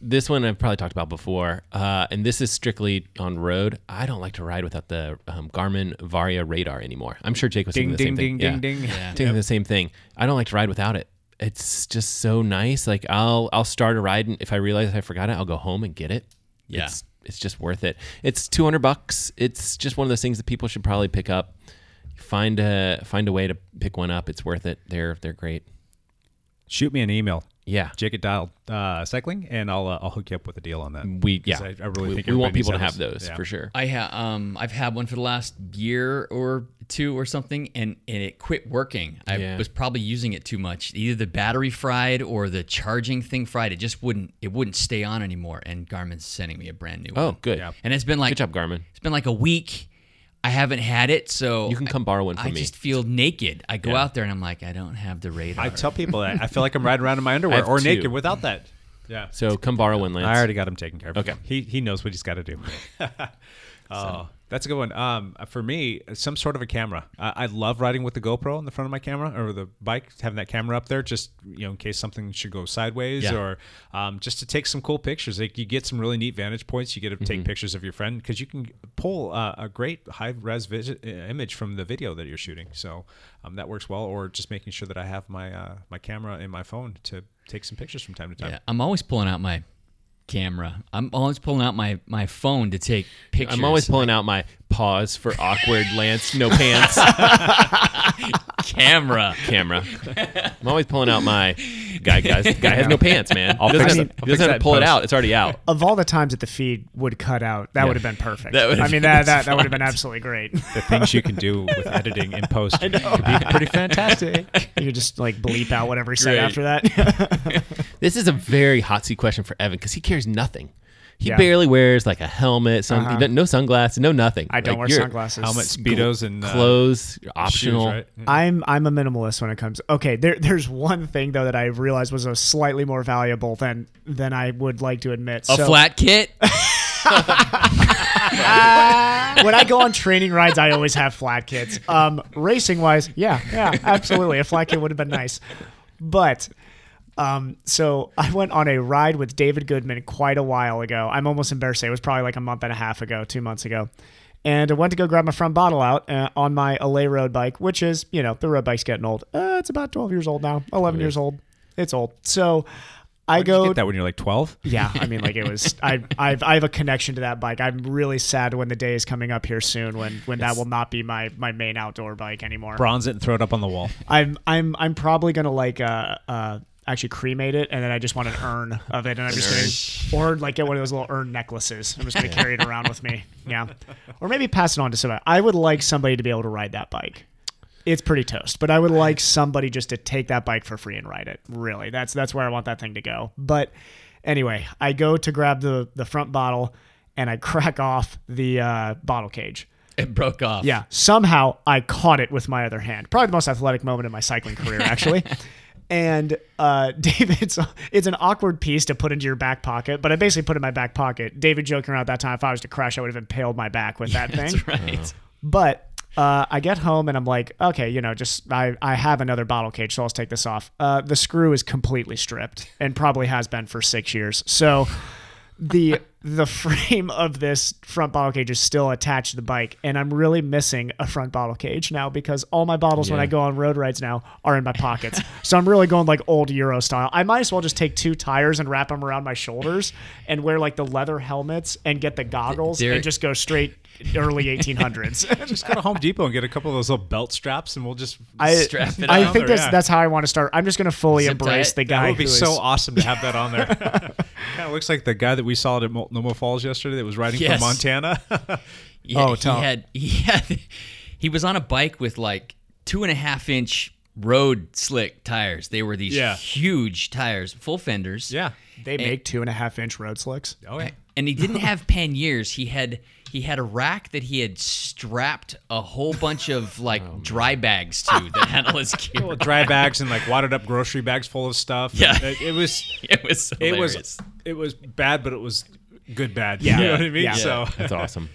S8: This one I've probably talked about before, uh, and this is strictly on road. I don't like to ride without the um, Garmin Varia radar anymore. I'm sure Jake was
S3: Ding,
S8: thinking the same
S3: ding,
S8: thing.
S3: ding, ding, ding.
S8: yeah.
S3: Yeah.
S8: Thinking the same thing. I don't like to ride without it. It's just so nice. Like I'll I'll start a ride, and if I realize I forgot it, I'll go home and get it.
S9: Yeah.
S8: It's, it's just worth it. It's 200 bucks. It's just one of those things that people should probably pick up. Find a find a way to pick one up. It's worth it. They're they're great.
S3: Shoot me an email.
S8: Yeah.
S3: Jake at Dial uh, Cycling, and I'll uh, I'll hook you up with a deal on that.
S8: We
S3: 'Cause
S8: yeah.
S3: I, I really
S8: we,
S3: think
S8: we want
S3: everybody
S8: people to
S3: needs
S8: have those
S3: Yeah.
S8: for sure.
S9: I ha- um I've had one for the last year or two or something, and and it quit working. I
S8: Yeah.
S9: was probably using it too much. Either the battery fried or the charging thing fried. It just wouldn't it wouldn't stay on anymore. And Garmin's sending me a brand new
S8: Oh,
S9: one.
S8: good. Yeah.
S9: And it's been like
S8: Good job, Garmin.
S9: It's been like a week. I haven't had it, so
S8: You can come
S9: I-
S8: borrow one from
S9: I
S8: me.
S9: just feel naked. I go
S8: Yeah.
S9: out there and I'm like, I don't have the radar.
S3: I tell people that I feel like I'm riding around in my underwear
S8: have
S3: or
S8: two.
S3: naked without that. Yeah.
S8: So come borrow one, Lance.
S3: I already got him taken care of.
S8: Okay.
S3: He he knows what he's got to
S10: <laughs>
S3: do. <laughs> oh, that's a good one. Um, for me, some sort of a camera. I, I love riding with the GoPro in the front of my camera or the bike, having that camera up there, just you know, in case something should go sideways
S9: Yeah.
S3: or um, just to take some cool pictures. Like you get some really neat vantage points. You get to
S8: Mm-hmm.
S3: take pictures of your friend because you can <laughs> pull uh, a great high res vis- uh, image from the video that you're shooting. So um, that works well. Or just making sure that I have my uh, my camera and my phone to take some pictures from time to time.
S9: Yeah, I'm always pulling out my camera. I'm always pulling out my my phone to take pictures.
S8: I'm always pulling out my pause for awkward Lance, no pants.
S9: <laughs> camera.
S8: Camera. I'm always pulling out my guy guys guy has no pants, man.
S3: I'll
S8: He doesn't
S3: fix
S8: have, he
S3: it. I'll
S8: doesn't
S3: fix
S8: have
S3: that
S8: to pull it
S3: post.
S8: out. It's already out.
S10: Of all the times that the feed would cut out, that
S8: Yeah.
S10: would have been perfect.
S8: That would
S10: I
S8: have
S10: mean,
S8: been
S10: that that, that
S8: spot.
S10: would
S8: <laughs>
S10: have been absolutely great.
S3: the things you can do with editing in
S9: <laughs>
S3: post could be pretty fantastic.
S10: <laughs> You could just like bleep out whatever he said
S8: Great.
S10: after
S8: <laughs>
S10: that.
S8: This is a very hot seat question for Evan because he carries nothing. He
S10: Yeah.
S8: barely wears like a helmet, sun,
S10: Uh-huh.
S8: no sunglasses, no nothing.
S10: I don't
S8: Like,
S10: wear
S8: you're-
S10: sunglasses.
S3: Helmet, speedos, and uh,
S8: clothes
S3: shoes,
S8: optional.
S3: right?
S10: I'm I'm a minimalist when it comes. Okay, there there's one thing though that I realized was a slightly more valuable than than I would like to admit.
S9: A
S10: So,
S8: <laughs>
S9: flat kit.
S10: when I go on training rides, I always have flat kits. Um, racing wise, yeah, yeah, absolutely. A flat kit would have been nice, but. Um, so I went on a ride with David Goodman quite a while ago. I'm almost embarrassed. to say It was probably like a month and a half ago, two months ago. And I went to go grab my front bottle out uh, on my LA road bike, which is, you know, the road bike's getting old. Uh, it's about 12 years old now, 11 years old. It's old. So I
S3: Did you
S10: go
S3: get that when you're like 12?
S10: yeah, I mean, like it was. I I've, I have a connection to that bike. I'm really sad when the day is coming up here soon when when that will not be my my main outdoor bike anymore.
S3: Bronze it and throw it up on the wall.
S10: I'm I'm I'm probably gonna like uh uh actually cremate it and then I just want an urn of it and I'm just gonna or like get one of those little urn necklaces. I'm just gonna carry it around with me. Yeah, or maybe pass it on to somebody. I would like somebody to be able to ride that bike. It's pretty toast, but I would like somebody just to take that bike for free and ride it. Really, that's that's where I want that thing to go. But anyway, I go to grab the the front bottle and I <laughs> crack off the uh, bottle cage.
S9: It broke off.
S10: Yeah. Somehow I caught it with my other hand. Probably the most athletic moment in my
S9: <laughs>
S10: cycling career, actually. and uh, <laughs> David, it's, it's an awkward piece to put into your back pocket, but I basically put it in my back pocket. David joking around at that time, if I was to crash, I would have impaled my
S9: <laughs>
S10: back with that thing.
S9: That's right.
S10: But uh, I get home and I'm like, okay, you know, just I, I have another bottle cage, so I'll take this off. Uh, the screw is completely stripped and probably has been for six years. So the the frame of this front bottle cage is still attached to the bike, and I'm really missing a front bottle cage now because all my bottles when
S15: Yeah.
S10: I go on road rides now are in my pockets. so I'm really going like old Euro style. I might as well just take two tires and wrap them around my shoulders and wear like the leather helmets and get the goggles
S3: There-
S10: and just go straight
S3: <laughs>
S10: early 1800s.
S3: just go to Home Depot and get a couple of those little belt straps, and we'll just
S10: I,
S3: strap it.
S10: I
S3: on
S10: think
S3: there,
S10: that's
S3: yeah.
S10: that's how I want to start. I'm just going to fully
S3: Zip
S10: embrace
S3: tie
S10: the
S3: it.
S10: guy.
S3: That would be
S10: who
S3: so
S9: Oh,
S10: is-
S3: awesome to have that on there. kind of looks like the guy that we saw at Multnomah Falls yesterday that was riding
S9: Yes.
S3: from Montana.
S9: Yeah,
S8: Oh,
S9: he had <laughs> he had he was on a bike with like two and a half inch road slick tires. They were these
S10: Yeah.
S9: huge tires, full fenders. Yeah,
S10: They make two and a half inch road slicks.
S9: Oh yeah. And he didn't have panniers. He had he had a rack that he had strapped a whole bunch of like dry bags to that had all his gear.
S3: Well, dry bags and like wadded up grocery bags full of stuff.
S9: Yeah.
S3: it, it was.
S9: <laughs> <laughs> It was
S3: It
S9: hilarious.
S3: was. It was bad, but it was good bad.
S8: Yeah.
S3: you know what I mean.
S8: Yeah.
S3: So
S8: That's awesome.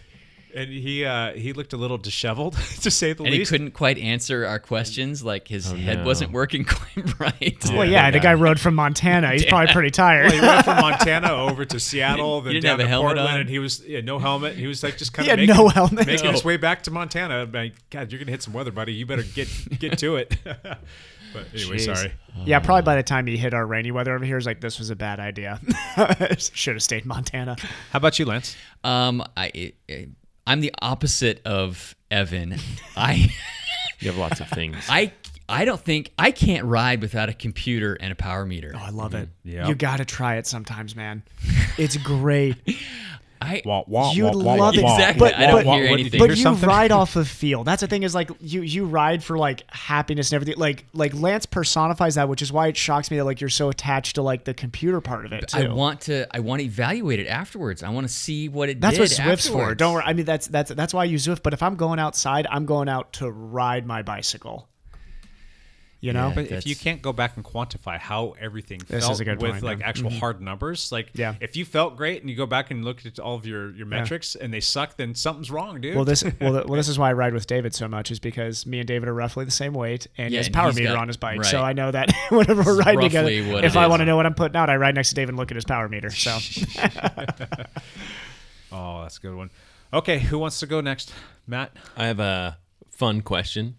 S3: And he uh, he looked a little disheveled, <laughs> to say the
S9: and
S3: least.
S9: he couldn't quite answer our questions. Like his head
S3: no.
S9: wasn't working <laughs> quite right.
S10: Well, yeah, the guy rode from Montana. He's probably pretty
S3: <laughs>
S10: tired.
S3: Well, he went from Montana over to Seattle,
S9: You
S3: then
S9: didn't
S3: down
S9: have a
S3: to
S9: helmet
S3: Portland,
S9: on?
S3: and he was yeah, no helmet. He was like just kind
S10: He
S3: of
S10: had
S3: making,
S10: no helmet.
S3: making his
S10: No.
S3: way back to Montana. I'm Like, God, you're gonna hit some weather, buddy. You better get get to it. <laughs> but anyway,
S10: Jeez.
S3: sorry.
S10: Yeah, probably by the time he hit our rainy weather over here, he's like, this was a bad idea. <laughs> Should have stayed in Montana.
S3: How about you, Lance?
S9: Um, I, I I'm the opposite of Evan. I
S8: You have lots of things.
S9: I I don't think I can't ride without a computer and a power meter. Oh,
S10: I love it.
S9: Yeah.
S10: Mm-hmm. You got to try it sometimes, man. It's great.
S9: I
S10: You'd love it.
S9: Exactly.
S10: But,
S9: I don't
S10: but-
S9: hear anything.
S10: But you ride off of feel. That's the thing is like you you ride for like happiness and everything. Like like Lance personifies that, which is why it shocks me that like you're so attached to like the computer part of it too.
S9: I want to. I want to evaluate it afterwards. I want to see what it
S10: That's
S9: did.
S10: what Zwift's for.
S9: afterwards.
S10: Don't worry. I mean, that's that's that's why I use Zwift. But if I'm going outside, I'm going out to ride my bicycle. You know,
S3: but if you can't go back and quantify how everything
S10: This is
S3: felt
S10: a good
S3: with
S10: point,
S3: like
S10: yeah.
S3: actual
S10: Mhm.
S3: hard numbers, like
S10: Yeah.
S3: if you felt great and you go back and look at all of your your metrics and they suck, then something's wrong, dude.
S10: well, this well, th- well, this is
S3: <laughs>
S10: why I ride with David so much is because me and David are roughly the same weight, and he
S9: Yeah,
S10: has
S9: and
S10: power
S9: he's
S10: meter
S9: got-
S10: on his bike. So
S9: right.
S10: I know that <laughs> whenever we're
S9: This is
S10: riding together,
S9: roughly what
S10: if
S9: it
S10: I
S9: is.
S10: want to know what I'm putting out, I ride next to David and look at his power
S9: <laughs>
S10: meter. So
S3: oh, that's a good one. Okay, who wants to go next? Matt.
S8: I have a fun question.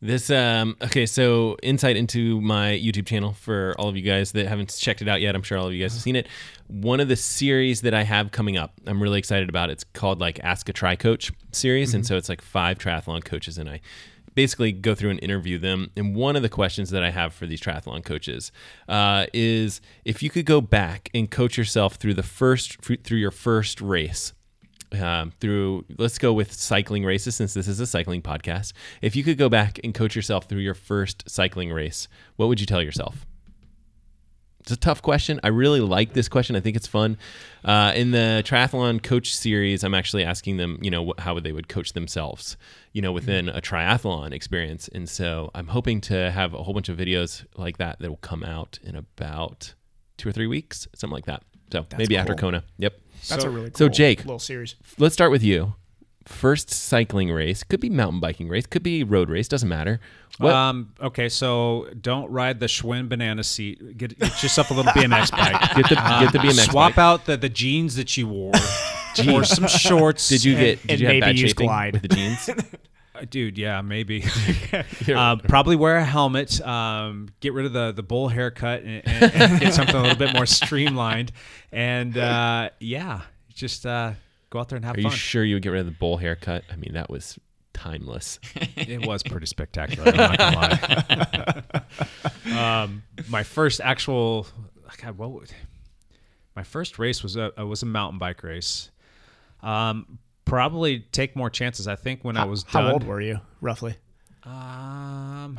S8: This um okay, so insight into my YouTube channel for all of you guys that haven't checked it out yet. I'm sure all of you guys have seen it. One of the series that I have coming up, I'm really excited about. It's called like Ask a Tri Coach series, and
S15: Mhm.
S8: so it's like five triathlon coaches, and I basically go through and interview them. And one of the questions that I have for these triathlon coaches uh, is if you could go back and coach yourself through the first through your first race um, through let's go with cycling races since this is a cycling podcast if you could go back and coach yourself through your first cycling race what would you tell yourself it's a tough question. I really like this question. I think it's fun. Uh, in the triathlon coach series, I'm actually asking them, you know, wh- how would they would coach themselves, you know,
S10: Mm-hmm.
S8: within a triathlon experience. And so I'm hoping to have a whole bunch of videos like that that will come out in about two or three weeks, something like that. So
S10: That's
S8: maybe after
S10: cool.
S8: Kona. Yep.
S10: That's
S8: so,
S10: a really
S8: so
S10: cool
S8: Jake
S10: little series.
S8: Let's start with you. First cycling race could be mountain biking race, could be road race, doesn't matter. What
S3: Um, okay, so don't ride the Schwinn banana seat. Get, get yourself a little BMX bike.
S8: Get the-
S3: Um,
S8: get
S3: <laughs>
S8: the BMX
S3: Swap
S8: bike.
S3: out the, the jeans that
S8: <laughs>
S3: you wore for
S8: Jeans.
S3: some shorts.
S8: Did you get- And- did you and have bad maybe use shaping Glide. with the
S3: <laughs>
S8: jeans?
S3: Uh, Dude, yeah, maybe. uh, probably wear a helmet. Um, get rid of the the bowl haircut and, and, and get something a little bit more streamlined. And uh, yeah, just uh, go out there and have
S8: Are you
S3: fun.
S8: sure you would get rid of the bowl haircut? I mean, that was timeless.
S3: It was pretty spectacular. I'm not gonna
S10: <laughs>
S3: lie. um, my first actual, God, what? would- My first race was a uh, was a mountain bike race. Um, probably take more chances. I think when I was
S10: how
S3: done,
S10: old were you roughly?
S3: Um,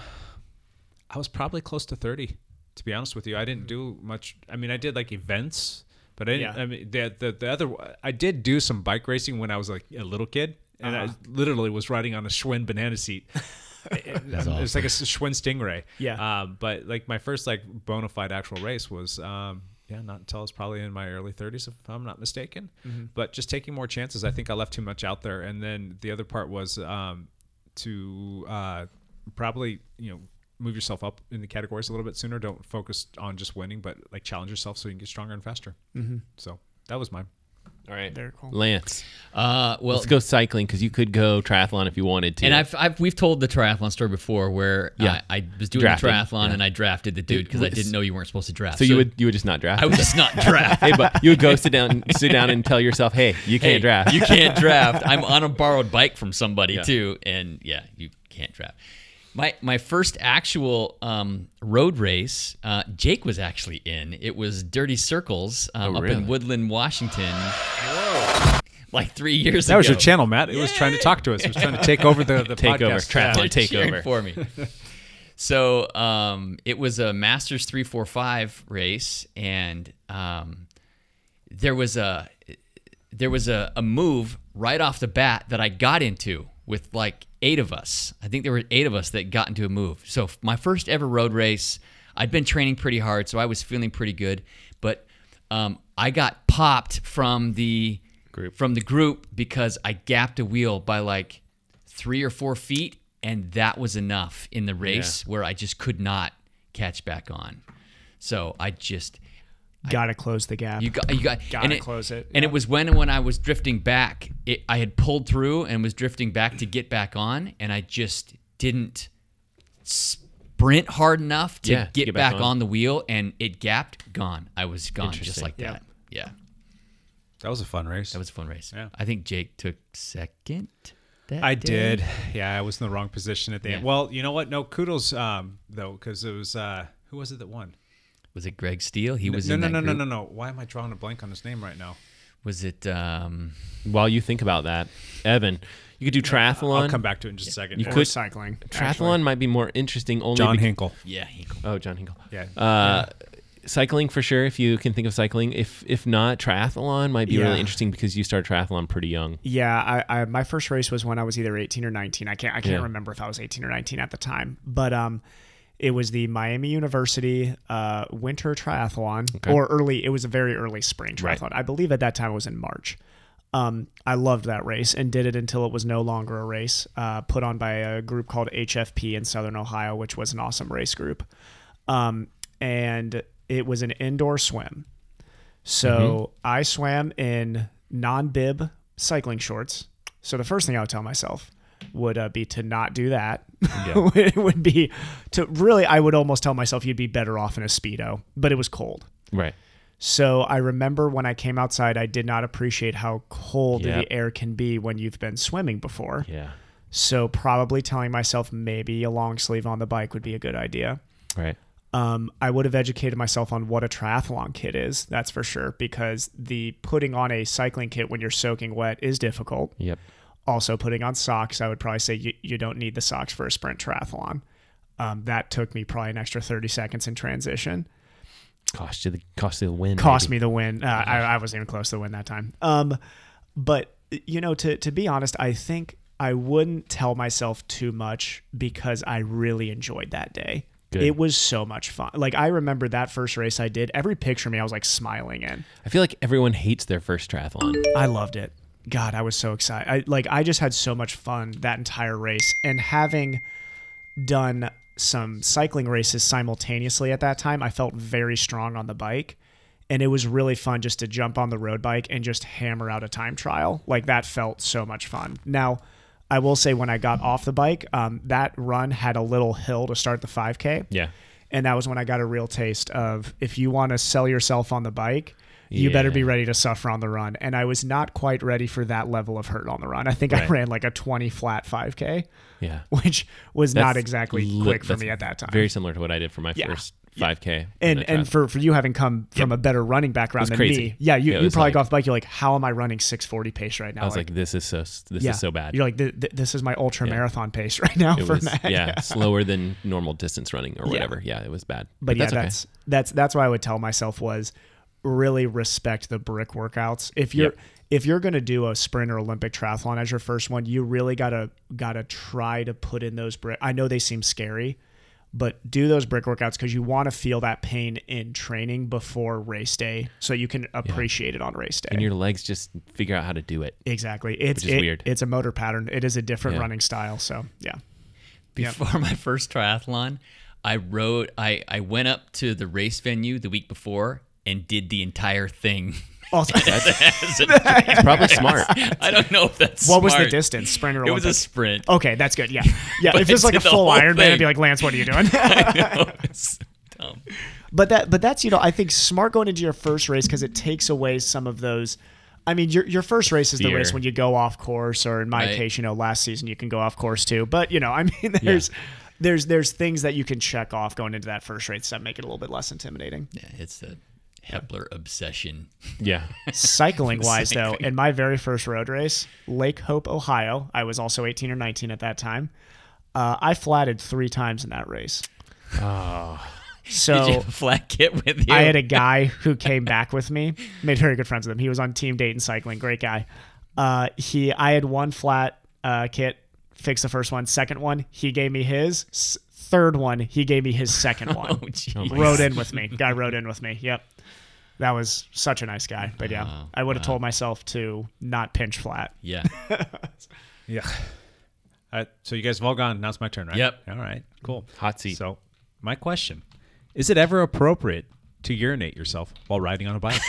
S3: I was probably close to thirty. To be honest with you, I didn't do much. I mean, I did like events, but I didn't.
S10: Yeah.
S3: I mean, the, the the other I did do some bike racing when I was like a little kid, and
S10: Uh-huh.
S3: I literally was riding on a Schwinn banana seat.
S10: <laughs>
S3: It's
S10: awesome.
S3: like a s- Schwinn Stingray.
S10: Yeah.
S3: Um, but like my first like bona fide actual race was um, yeah, not until I was probably in my early 30s if I'm not mistaken.
S15: Mhm.
S3: But just taking more chances, I think I left too much out there. And then the other part was um, to uh, probably you know move yourself up in the categories a little bit sooner. Don't focus on just winning, but like challenge yourself so you can get stronger and faster.
S10: Mhm.
S3: So that was mine.
S8: All right,
S10: Very cool.
S8: Lance.
S9: Uh, well-
S8: let's go cycling because you could go triathlon if you wanted to.
S9: And I've, I've we've told the triathlon story before where
S8: Yeah.
S9: I, I was doing
S8: Drafting,
S9: the triathlon
S8: yeah.
S9: and I drafted the dude because I
S8: Yes.
S9: didn't know you weren't supposed to draft.
S8: so you would you would just not draft.
S9: I would <laughs>
S8: him.
S9: just not
S8: <laughs>
S9: draft.
S8: hey, but you would go sit down, sit down, and tell yourself, "Hey, you can't
S9: Hey,
S8: draft. <laughs>
S9: You can't draft. I'm on a borrowed bike from somebody
S8: Yeah.
S9: too, and yeah, you can't draft. My my first actual um, road race, uh, Jake was actually in. It was Dirty Circles um,
S3: Oh,
S9: up
S3: really?
S9: in Woodland, Washington. Like three years
S3: That
S9: ago.
S3: was your channel, Matt. It was trying to talk to us. It was trying to <laughs> take over the, the
S8: Take over.
S3: podcast.
S8: Triathlon
S9: They're
S8: take
S9: cheering
S8: over.
S9: for me. <laughs> So um, it was a Masters three four five race, and um, there was a there was a, a move right off the bat that I got into with like eight of us. I think there were eight of us that got into a move. So f- my first ever road race, I'd been training pretty hard, so I was feeling pretty good, but um, I got popped from the group from the group because I gapped a wheel by like three or four feet, and that was enough in the race where I just could not catch back on. So I just
S10: Gotta close the gap.
S9: you got you got
S10: Gotta
S9: and it,
S10: close it.
S9: And it was when when I was drifting back, it, I had pulled through and was drifting back to get back on, and I just didn't sprint hard enough to
S8: Yeah,
S9: get, back, on. the wheel, and it gapped. Gone. I was gone just
S3: Interesting.
S9: like
S3: Yeah.
S9: that. Yeah.
S3: That was a fun race. That
S9: was a fun race. Yeah. I think Jake took second. that
S3: I
S9: day.
S3: did. Yeah, I was in the wrong position at the end.
S9: Yeah.
S3: Well, you know what? No kudos um, though, because it was uh, who was it that won?
S9: Was it Greg Steele? He was
S3: no,
S9: in
S3: no,
S9: that
S3: no,
S9: group.
S3: no, no, no. Why am I drawing a blank on his name right now?
S9: Was it? Um,
S8: While you think about that, Evan, you could do triathlon.
S3: I'll come back to it in just a second.
S8: You
S3: Or
S8: could
S3: cycling,
S8: Triathlon
S3: actually.
S8: might be more interesting. Only
S3: John
S8: bec-
S3: Hinkle.
S9: Yeah, Hinkle.
S8: Oh, John Hinkle.
S3: Yeah.
S8: Uh, Cycling for sure. If you can think of cycling, if if not, triathlon might be
S10: Yeah.
S8: really interesting because you started triathlon pretty young.
S10: Yeah, I, I my first race was when I was either 18 or 19. I can't I can't
S8: Yeah.
S10: remember if I was 18 or 19 at the time, but um, it was the Miami University uh, winter triathlon
S8: Okay.
S10: or early. It was a very early spring triathlon. I believe at that time it was in March. Um, I loved that race and did it until it was no longer a race, uh, put on by a group called HFP in Southern Ohio, which was an awesome race group. Um, and it was an indoor swim. So I swam in non bib cycling shorts. So the first thing I would tell myself would uh, be to not do that. it <laughs> would be to really, I would almost tell myself you'd be better off in a Speedo, but it was cold.
S8: Right.
S10: So I remember when I came outside, I did not appreciate how cold
S8: Yep.
S10: the air can be when you've been swimming before.
S8: Yeah.
S10: So probably telling myself maybe a long sleeve on the bike would be a good idea
S8: Right.
S10: um, I would have educated myself on what a triathlon kit is, that's for sure, because the putting on a cycling kit when you're soaking wet is difficult.
S8: Yep.
S10: Also, putting on socks, I would probably say you, you don't need the socks for a sprint triathlon. Um, that took me probably an extra 30 seconds in transition.
S8: Cost you the cost you the win.
S10: Cost
S8: maybe.
S10: me the win. Uh, I, I wasn't even close to the win that time. Um, but you know, to to be honest, I think I wouldn't tell myself too much because I really enjoyed that day.
S8: Good.
S10: It was so much fun. Like I remember that first race I did. Every picture of me, I was like smiling in.
S8: I feel like everyone hates their first triathlon.
S10: I loved it. God, I was so excited. I like I just had so much fun that entire race and having done some cycling races simultaneously at that time, I felt very strong on the bike and it was really fun just to jump on the road bike and just hammer out a time trial. Like that felt so much fun. Now, I will say when I got off the bike, um, that run had a little hill to start the 5K.
S8: Yeah.
S10: And that was when I got a real taste of if you want to sell yourself on the bike, you better be ready to suffer on the run. And I was not quite ready for that level of hurt on the run. I think I
S8: Right.
S10: ran like a 20 flat 5K,
S8: Yeah.
S10: which was
S8: <laughs>
S10: not
S8: That's
S10: exactly
S8: li-
S10: quick for
S8: that's
S10: me at that time.
S8: Very similar to what I did for my
S10: Yeah.
S8: first
S10: Yeah.
S8: 5K. in
S10: and
S8: a
S10: and for, for you having come from a better running background
S8: It was
S10: than
S8: crazy.
S10: me, yeah, you,
S8: Yeah, it
S10: you
S8: was
S10: probably
S8: like-
S10: got off the bike. You're like, how am I running 640 pace right now?
S8: I was like, this is so this
S10: yeah.
S8: is so bad.
S10: You're like, th- th- this is my ultra marathon pace <laughs> right now
S8: It
S10: for
S8: was-
S10: Matt.
S8: yeah, slower than normal distance running or
S10: Yeah.
S8: whatever. Yeah, it was bad.
S10: but, yeah,
S8: that's okay.
S10: that's that's that's what I would tell myself was really respect the brick workouts. If you're
S8: Yep.
S10: if you're gonna do a sprint or Olympic triathlon as your first one, you really gotta gotta try to put in those brick. I know they seem scary, but do those brick workouts because you want to feel that pain in training before race day, so you can appreciate it on race day.
S8: and your legs just figure out how to do it.
S10: exactly, it's
S8: Which is
S10: it-
S8: weird.
S10: It's a motor pattern. It is a different
S8: Yeah.
S10: running style. So
S8: <laughs>
S10: yeah, Yep.
S9: before <laughs> my first triathlon, I rode I I went up to the race venue the week before and did the entire thing. <laughs>
S10: Also,
S9: That's-
S8: It's probably smart.
S9: <laughs> I don't know if that's
S10: <laughs> What was the
S9: smart.
S10: distance? Sprinter.
S9: It was a
S10: Olympics? <laughs>
S9: sprint. <laughs>
S10: Okay, that's good. Yeah, yeah.
S9: But
S10: if it's like a
S9: the
S10: full
S9: whole
S10: Ironman,
S9: thing.
S10: I'd be like, Lance, what are you
S9: <laughs>
S10: doing? <laughs>
S9: I know, it's so dumb.
S10: But that, but that's you know, I think smart going into your first race because it takes away some of those. I mean, your your first race is the
S9: Fear.
S10: race when you go off course, or in my
S9: Right.
S10: case, you know, last season you can go off course too. But you know, I <laughs> mean, there's. There's there's things that you can check off going into that first race that make it a little bit less intimidating.
S9: Yeah, it's the Hepler obsession.
S8: Yeah.
S10: Cycling wise, though,
S9: Cycling.
S10: in my very first road race, Lake Hope, Ohio, I was also 18 or 19 at that time. Uh, I flatted three times in that race.
S8: Oh.
S10: So
S9: Ah. Did you <laughs> have a flat kit with you?
S10: I had a guy who came back with me, made very good friends with him. He was on Team Dayton Cycling, great guy. Uh, he, I had one flat uh, kit, fixed the first one. Second one, he gave me his. S- Third one, he gave me his second one.
S3: Oh
S9: jeez.
S10: rode in with me. Guy rode in with me. Yep. That was such a nice guy. But yeah, I would have told myself to not pinch flat.
S9: Yeah.
S3: Yeah. All right, Uh, so you guys have all gone. Now it's my turn, right?
S9: Yep.
S3: All right. Cool.
S8: Hot seat.
S3: So my question: Is it ever appropriate to urinate yourself while riding on a bike?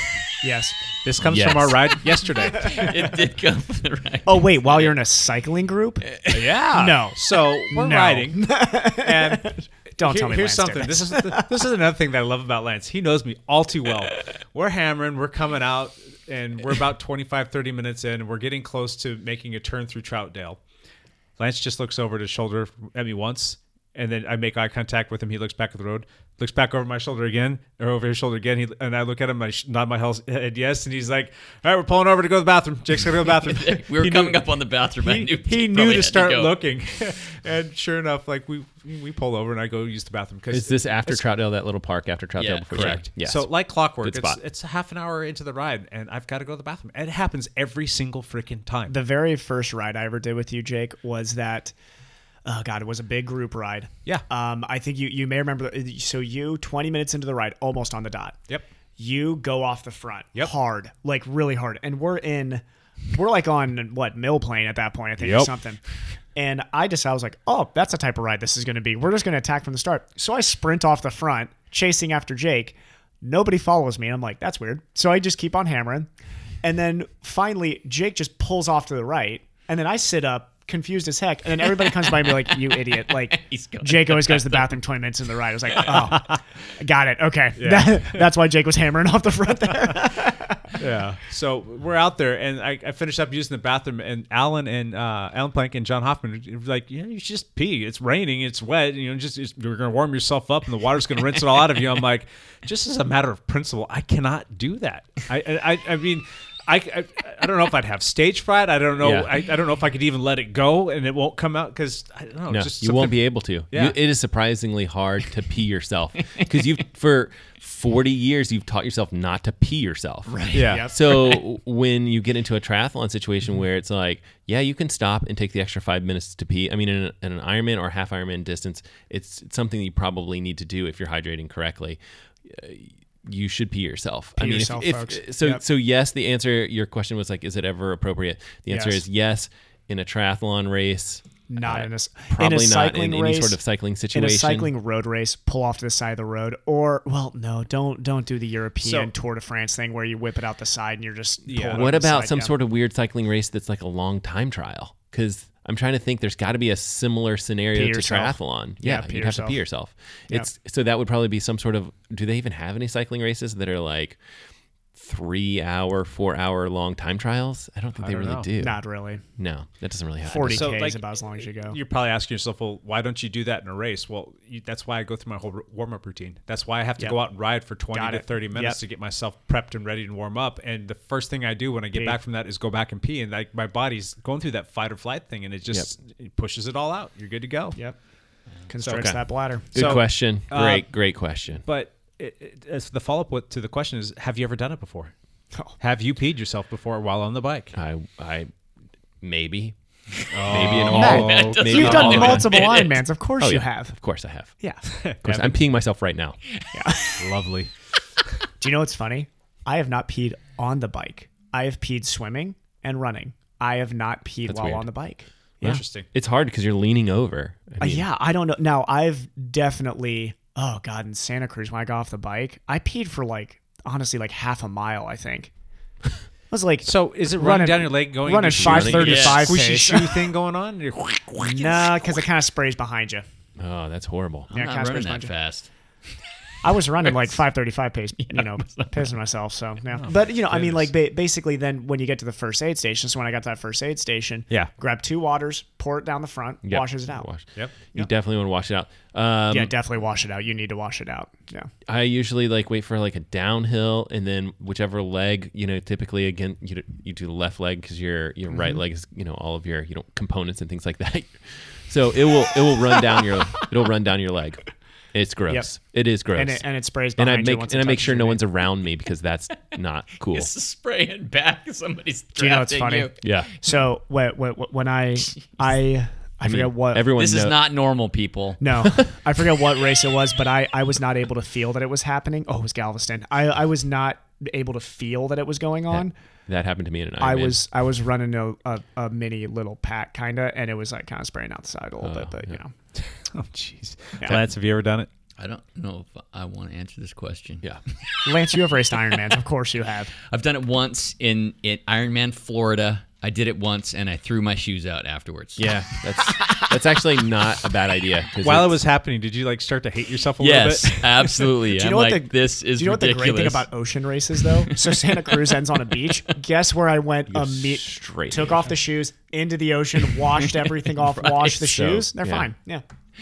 S10: Yes.
S3: This comes from our ride yesterday.
S9: it
S10: <laughs>
S9: did come from the right.
S10: Oh wait, while you're in a cycling group?
S3: <laughs> Yeah.
S10: No.
S3: So we're
S10: No.
S3: riding, and
S10: Don't tell me
S3: Here's
S10: Lance did
S3: something.
S10: it.
S3: This is the, this is another thing that I love about Lance. He knows me all too <laughs> well. We're hammering. We're coming out, and we're about 25, 30 minutes in. and We're getting close to making a turn through Troutdale. Lance just looks over to shoulder at me once, and then I make eye contact with him. He looks back at the road, looks back over my shoulder again, or over his shoulder again. He, and I look at him, I sh- nod my hel- head yes, and he's like, "All right, we're pulling over to go to the bathroom. Jake's gonna go to the bathroom."
S9: We were
S3: He knew-
S9: coming up on the bathroom. I
S3: he,
S9: knew
S3: he
S9: you
S3: knew
S9: probably
S3: to
S9: had
S3: start
S9: go.
S3: looking, <laughs> and sure enough, like we we pull over and I go use the bathroom because
S8: Is this after Troutdale, that little park after Troutdale
S9: Yeah,
S8: before
S9: correct.
S8: Yeah.
S3: So like clockwork,
S8: Good
S3: it's,
S8: spot.
S3: it's half an hour into the ride, and I've got to go to the bathroom. And it happens every single freaking time.
S10: The very first ride I ever did with you, Jake, was that. Oh god, it was a big group ride.
S3: Yeah.
S10: Um, I think you you may remember. uh, So you 20 minutes into the ride, almost on the dot.
S3: Yep.
S10: You go off the front. Yep. Hard, like really hard, and we're in, we're like on what mill plane at that point, I think, or
S8: Yep.
S10: something. And I just I was like, oh, that's the type of ride this is going to be. We're just going to attack from the start. So I sprint off the front, chasing after Jake. Nobody follows me. And I'm like, that's weird. So I just keep on hammering. And then finally, Jake just pulls off to the right. And then I sit up, confused as heck. And then everybody comes by and be like, you idiot. Like,
S9: He's going
S10: Jake
S9: to
S10: always
S9: the
S10: goes to the bathroom 20 minutes into the ride. I was like, oh, got it. Okay. That- <laughs> that's why Jake was hammering off the front
S3: <laughs>
S10: there.
S3: yeah. So we're out there, and I, I finished up using the bathroom, and Alan and uh, Alan Plank and John Hoffman were like, "Yeah, you should just pee. It's raining. It's wet. You know, just it's, you're gonna warm yourself up, and the water's gonna rinse it all out of you." I'm like, just as a matter of principle, I cannot do that. I I, I- I mean. I, I, I don't know if I'd have stage fright. I don't know.
S8: Yeah.
S3: I, I don't know if I could even let it go and it won't come out because I don't know.
S8: No,
S3: just
S8: you won't
S3: something-
S8: be able to.
S3: Yeah.
S8: You, it is surprisingly hard to pee yourself because you've <laughs> for 40 years you've taught yourself not to pee yourself. Right.
S3: Yeah. Yep.
S8: So when you get into a triathlon situation where it's like, yeah, you can stop and take the extra five minutes to pee. I mean, in, a, in an Ironman or half Ironman distance, it's, it's something you probably need to do if you're hydrating correctly. Uh, You should pee yourself. I
S10: Pee
S8: mean, if-
S10: yourself,
S8: if,
S10: folks.
S8: so
S10: Yep.
S8: so yes, the answer your question was like, is it ever appropriate? The answer
S10: Yes.
S8: is yes. In a triathlon race,
S10: Not in a, s- in
S8: Uh, probably
S10: a
S8: not in
S10: cycling
S8: any
S10: race,
S8: sort of cycling
S10: In a
S8: situation.
S10: cycling road race, pull off to the side of the road, or well, no, don't don't do the European
S3: So-
S10: Tour de France thing where you whip it out the side and you're just
S3: Yeah.
S8: what about some sort of weird cycling race that's like a long time trial? Because I'm trying to think, there's got to be a similar scenario
S10: Pee
S8: to
S10: yourself.
S8: triathlon.
S10: Yeah,
S8: Yeah,
S10: pee
S8: you'd have to pee yourself.
S10: Yeah.
S8: It's so that would probably be some sort of. Do they even have any cycling races that are like three hour, four hour long time trials? I don't think they
S3: don't
S8: really
S3: know.
S8: do.
S10: Not really.
S8: No, that doesn't really happen.
S10: 40
S3: So,
S10: k is
S3: like,
S10: about as long as you go.
S3: You're probably asking yourself, well, why don't you do that in a race? Well, you, that's why I go through my whole warm up routine. That's why I have to
S10: Yep.
S3: go out and ride for 20
S10: Got
S3: to
S10: it.
S3: 30 minutes
S10: Yep.
S3: to get myself prepped and ready to warm up. And the first thing I do when I get
S10: Pee.
S3: back from that is go back and pee. And like my body's going through that fight or flight thing and it just it pushes it all out. You're good to go.
S10: Yep. Constricts
S8: Okay.
S10: that bladder.
S8: Good
S3: So,
S8: question.
S3: uh,
S8: Great, great question.
S3: But it, it, as the follow up to the question is, have you ever done it before?
S10: Oh. <laughs>
S3: Have you peed yourself before while on the bike?
S8: I, I, maybe, maybe an all.
S10: <laughs> Matt,
S8: maybe
S10: Oh, You've
S8: an
S10: done
S8: all- <laughs>
S10: multiple Ironmans, of course
S8: Oh,
S10: you
S8: yeah.
S10: have.
S8: Of course I have.
S10: Yeah.
S8: <laughs> Of course, I'm peeing myself right now.
S10: <laughs>
S3: Lovely.
S10: Do you know what's funny? I have not peed on the bike. I have peed swimming and running. I have not peed
S8: That's
S10: while
S8: weird.
S10: on the bike.
S3: Interesting.
S8: It's hard because you're leaning over. I
S10: Uh,
S8: mean,
S10: yeah, I don't know. Now I've definitely. Oh God, in Santa Cruz when I got off the bike, I peed for like honestly like half a mile. I think I was like,
S3: so is it running down your leg going
S10: running
S3: into shooting?
S10: five thirty five
S3: Squishy shoe thing going
S10: <laughs>
S3: on?
S10: nah, because it kind of sprays behind you.
S8: Oh, that's horrible.
S10: Yeah, Casper's not-
S9: fast.
S10: I was running like 535 pace, you know, pissing myself. So, yeah.
S3: Oh,
S10: but, you know, I mean, like ba- basically, then when you get to the first aid station, so when I got to that first aid station,
S8: Yeah.
S10: grab two waters, pour it down the front,
S8: Yep.
S10: washes it out.
S8: Wash.
S3: Yep.
S8: You definitely want to wash it out. Um,
S10: yeah, definitely wash it out. You need to wash it out. Yeah.
S8: I usually like wait for like a downhill and then whichever leg you know typically again you do, you do the left leg because your your right
S10: Mhm.
S8: leg is you know all of your you know components and things like that. <laughs> So it will it will run down
S10: <laughs>
S8: your it'll run down your leg. It's gross. It is gross.
S10: And it- and it sprays
S8: And I
S10: behind you
S8: make
S10: once
S8: and I
S10: it
S8: make
S10: touches
S8: sure
S10: your
S8: no
S10: knee.
S8: one's around me because
S10: <laughs>
S8: that's not cool.
S9: It's spraying back. Somebody's
S10: Do you know what's funny?
S9: drafting you.
S10: So, when, when,
S8: <laughs>
S10: when I, I, I,
S9: I mean,
S10: forget what.
S9: everyone This is know- not normal, people.
S10: <laughs>
S8: <laughs>
S10: No. I forget what race it was, but I, I was not able to feel that it was happening. Oh, it was Galveston. I, I was not able to feel that it was going on.
S8: That happened to me in an Ironman.
S10: I was I was running a, a, a mini little pack kind of, and it was like kind of spraying out the side a little bit, but you know.
S3: oh jeez,
S10: Yeah.
S3: Lance, have you ever done it?
S9: I don't know if I want to answer this question.
S8: Yeah.
S10: Lance, you have raced Ironmans, of course you have.
S9: I've done it once in, in Ironman, Florida. I did it once and I threw my shoes out afterwards.
S8: Yeah, that's that's actually not a bad idea. 'cause
S3: While it
S8: it's-
S3: was happening, did you like start to hate yourself a
S9: Yes,
S3: little bit?
S9: <laughs> absolutely. Do you I'm know what like, the- this is
S10: Do you know what the great thing
S9: ridiculous.
S10: about ocean races though? So Santa Cruz ends on a beach. Guess where I went? A
S8: straight
S10: took off the shoes into the ocean, washed everything off, washed the
S8: So,
S10: shoes. They're
S8: yeah.
S10: fine. Yeah,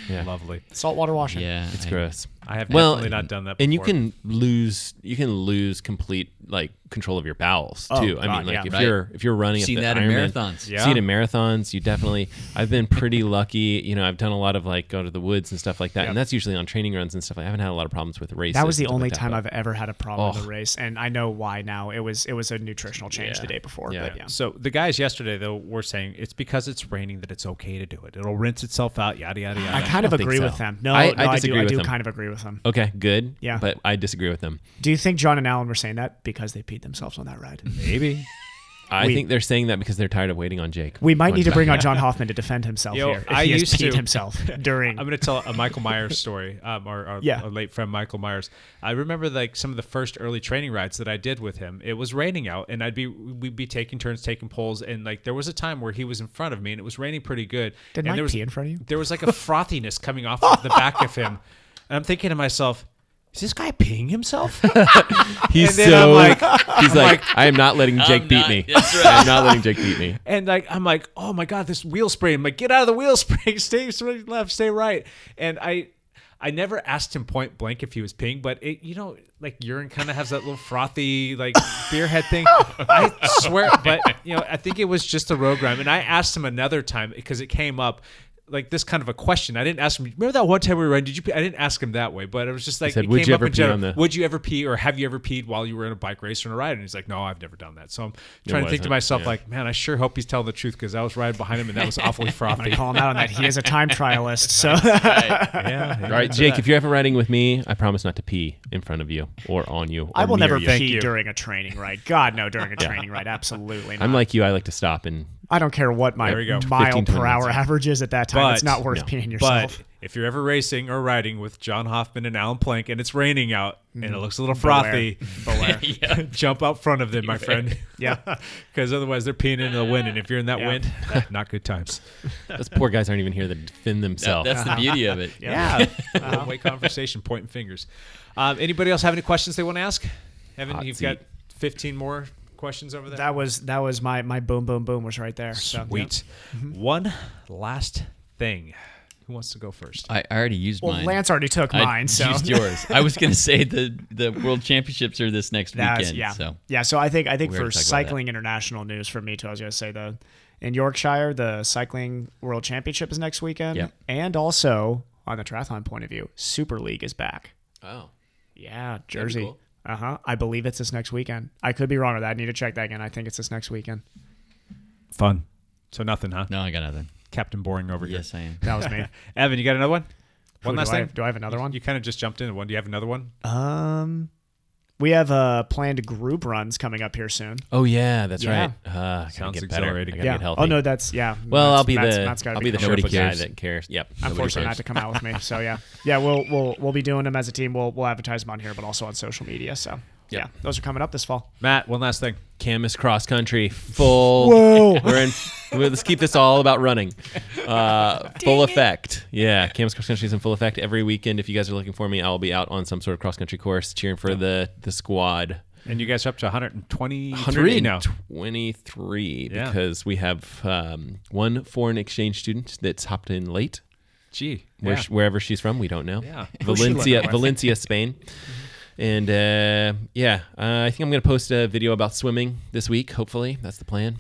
S8: Yeah.
S3: Lovely.
S10: saltwater washing.
S9: Yeah,
S8: It's gross.
S3: I have definitely not done that
S8: And you
S3: before.
S8: can lose you can lose complete like control of your bowels
S3: Oh,
S8: too. I
S3: God,
S8: mean like
S3: yeah.
S8: if
S3: Right.
S8: you're if you're running
S9: Seen
S8: if the
S9: that in
S8: Ironman-
S9: marathons.
S8: Seen
S9: Yeah.
S8: it in marathons, you definitely I've been pretty lucky. You know, I've done a lot of like go to the woods and stuff like that.
S10: Yep.
S8: And that's usually on training runs and stuff. I haven't had a lot of problems with races.
S10: That was the
S8: and stuff
S10: only
S8: like that,
S10: time
S8: but-
S10: I've ever had a problem in
S8: Ugh.
S10: the race, and I know why now. It was it was a nutritional change the day before. But yeah.
S3: So the guys yesterday though were saying it's because it's raining that it's okay to do it. It'll rinse itself out. Yada yada yada.
S10: I kind of
S3: don't think
S10: agree
S3: so.
S10: with them. No, no, I do- I do kind of agree with them.
S8: Okay, good.
S10: Yeah.
S8: But I disagree with them.
S10: Do you think John and Alan were saying that because they peed themselves on that ride?
S8: Maybe. I
S10: We-
S8: think they're saying that because they're tired of waiting on Jake.
S10: We might
S8: Going
S10: need to bring
S8: back.
S10: on John Hoffman to defend himself
S3: Yo,
S10: here. If
S3: I
S10: he has
S3: used
S10: peed
S3: to- <laughs>
S10: himself during.
S3: I'm going to tell a Michael Myers story. Um, our, our,
S10: Yeah.
S3: our late friend Michael Myers. I remember like some of the first early training rides that I did with him. It was raining out, and I'd be we'd be taking turns taking poles, and like there was a time where he was in front of me, and it was raining pretty good.
S10: Did
S3: and
S10: Mike
S3: there was,
S10: pee in front of you?
S3: There was like a frothiness coming off of the back of him, and I'm thinking to myself. Is this guy peeing himself?
S8: <laughs> He's
S3: And then I'm
S8: so
S3: like-
S8: <laughs> he's
S3: I'm
S8: like, I am not letting Jake
S3: I'm
S8: beat
S3: not- <laughs>
S8: me.
S3: that's right.
S8: I am not letting Jake beat
S10: <laughs>
S8: me.
S3: And like I'm like, oh my god, this wheel spray. I'm like, get out of the wheel <laughs> spray. Stay stay left, stay right. And I, I never asked him point blank if he was peeing, but it, you know, like urine kind of has that little frothy like
S8: <laughs>
S3: beer head thing. I swear, but you know, I think it was just a road grime. And I asked him another time because it came up. Like this kind of a question. I didn't ask him. Remember that one time we were in? Did you? Pee? I didn't ask him that way, but it was just like
S8: said,
S3: it
S8: "Would
S3: came
S8: you
S3: up
S8: ever
S3: in
S8: pee
S3: general.
S8: on the-
S3: Would you ever pee or have you ever peed while you were in a bike race or in a ride? And he's like, No, I've never done that. So I'm trying to think to
S8: wasn't,
S3: myself,
S8: yeah.
S3: like, man, I sure hope he's telling the truth because I was riding behind him and that was
S10: <laughs>
S3: awfully
S10: I'm
S3: frothy.
S10: gonna call him out on that. He is
S3: <laughs>
S10: a time trialist, so <laughs>
S3: Yeah.
S8: All right, Jake, if you're ever riding with me, I promise not to pee in front of you or on you. Or
S10: I will
S8: near
S10: never
S8: you.
S10: pee during a training ride. God no, during a training ride, absolutely not.
S8: I'm like you. I like to stop
S10: <laughs>
S8: and.
S10: I don't care what my
S8: There we go.
S10: mile
S8: 15, 20
S10: per hour
S8: minutes.
S10: average is at that time. it's not worth peeing yourself.
S3: But if you're ever racing or riding with John Hoffman and Alan Plank and it's raining out and it
S10: Mhm.
S3: looks a little
S10: Beware.
S3: frothy,
S10: <laughs>
S3: <laughs>
S10: Beware.
S9: Yeah.
S3: jump out front of them, my friend.
S10: <laughs>
S3: <laughs>
S10: Yeah.
S3: Because otherwise they're peeing into the wind. And if you're in that
S10: Yeah. <laughs>
S3: wind, <laughs> not good times.
S8: Those poor guys aren't even here to defend themselves.
S9: that's the beauty of
S10: <laughs>
S9: it.
S3: <laughs> Yeah.
S9: Yeah.
S3: One way conversation, pointing fingers. Um, anybody else have any questions they want to ask? Evan,
S10: Hot
S3: you've
S10: seat.
S3: got 15 more questions over there.
S10: that was that was my my boom boom boom was right there. So,
S3: Sweet.
S10: Mm-hmm.
S3: One last thing. Who wants to go first?
S9: I I already used
S10: Well,
S9: mine.
S10: Lance already took
S9: I
S10: mine, so- <laughs>
S9: used yours. I was gonna say the the world championships are this next
S10: That's-
S9: weekend.
S10: yeah,
S9: So
S10: yeah. So I think I think
S9: We already talked
S10: for
S9: about that.
S10: cycling international news for me too, I was going to say the in Yorkshire the cycling world championship is next weekend,
S9: Yep.
S10: and also on the triathlon point of view, Super League is back.
S8: Oh.
S10: Yeah, Jersey. Uh huh. I believe it's this next weekend. I could be wrong on that. I need to check that again. I think it's this next weekend.
S3: Fun. So nothing, huh?
S9: No, I got nothing.
S3: Captain Boring over
S9: Yes, I
S3: here.
S9: am.
S10: That was me.
S3: Evan, you got another one?
S10: Who
S3: One
S10: do
S3: last
S10: I
S3: thing?
S10: have? Do I have another
S3: one? You, kind of just jumped into one. Do you have another one?
S10: Um, we have uh planned group runs coming up here soon.
S8: Oh yeah, that's
S10: Yeah.
S8: right. Uh, I gotta
S3: Sounds
S8: get better.
S3: exhilarating.
S8: I gotta
S10: Yeah.
S8: get healthy.
S10: Oh, no, that's- yeah.
S8: Well,
S10: Matt's-
S8: I'll be
S10: Matt's-
S8: the
S10: Matt's gotta
S8: I'll
S10: be
S8: be the
S10: coming up
S8: shorty
S10: with
S8: guy
S10: yours.
S8: that cares. Yep.
S10: I'm
S8: nobody
S10: fortunate not
S8: cares.
S10: to come out with me. So yeah, yeah, we'll we'll we'll be doing them as a team. We'll we'll advertise them on here, but also on social media. So yeah, those are coming up this fall.
S3: Matt, one last thing.
S8: Camus cross country full.
S10: Whoa.
S8: <laughs> We're in. well, Let's keep this all about
S3: <laughs>
S8: running. Uh, full effect. Yeah, Camus cross country is in full effect every weekend. If you guys are looking for me, I'll be out on some sort of cross country course cheering
S3: Oh.
S8: for the the squad.
S3: And you guys are up to 123 now.
S8: 123
S3: Yeah.
S8: because we have um, one foreign exchange student that's hopped in late.
S3: Gee,
S8: Where
S3: yeah.
S8: sh- wherever she's from, we don't know.
S3: Yeah. Who she
S8: Valencia,
S3: lived with.
S8: Valencia, Spain. And uh, yeah, uh, I think I'm gonna post a video about swimming this week. Hopefully, that's the plan.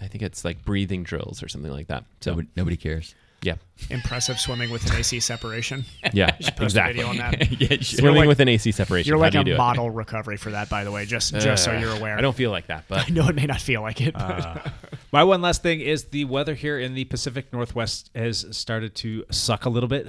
S8: I think it's like breathing drills or something like that. So
S9: Nobody- nobody cares.
S8: Yeah,
S10: Impressive swimming with an
S8: <laughs>
S10: AC separation.
S8: yeah,
S10: <laughs> You should post a
S8: exactly.
S10: video
S8: <laughs>
S10: on that. You're
S8: Swimming
S10: like-
S8: with an AC separation.
S10: You're
S8: How
S10: like
S8: do you
S10: a
S8: do it?
S10: model recovery for that, by the way. Just just so
S8: Uh,
S10: you're aware.
S8: I don't feel like that, but
S10: <laughs> I know it may not feel like it. But
S3: Uh, my one last thing is the weather here in the Pacific Northwest has started to suck a little bit.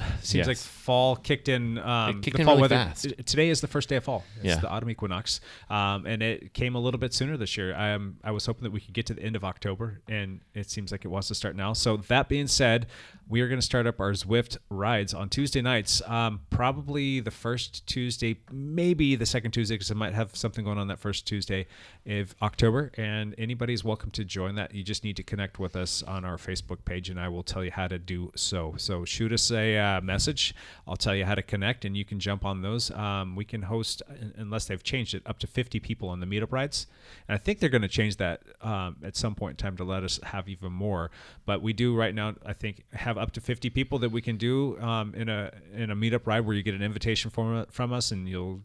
S8: Yes.
S3: Seems like fall kicked in. Um,
S8: It kicked
S3: the
S8: in
S3: fall
S8: really
S3: weather.
S8: fast.
S3: t- Today is the first day of fall. It's
S8: Yeah.
S3: the autumn equinox, um, and it came a little bit sooner this year. I, um, I was hoping that we could get to the end of October, and it seems like it wants to start now. So that being said, we are going to start up our Zwift rides on Tuesday nights. Um, probably the first Tuesday, maybe the second Tuesday, because I might have something going on that first Tuesday of October. And anybody's welcome to join that. You just need to connect with us on our Facebook page, and I will tell you how to do so. So shoot us a uh, message. I'll tell you how to connect, and you can jump on those. Um, we can host, un- unless they've changed it, up to 50 people on the meetup rides. And I think they're going to change that um, at some point in time to let us have even more. But we do right now, I think, have up to 50 people that we can do um, in a in a meetup ride where you get an invitation from uh, from us, and you'll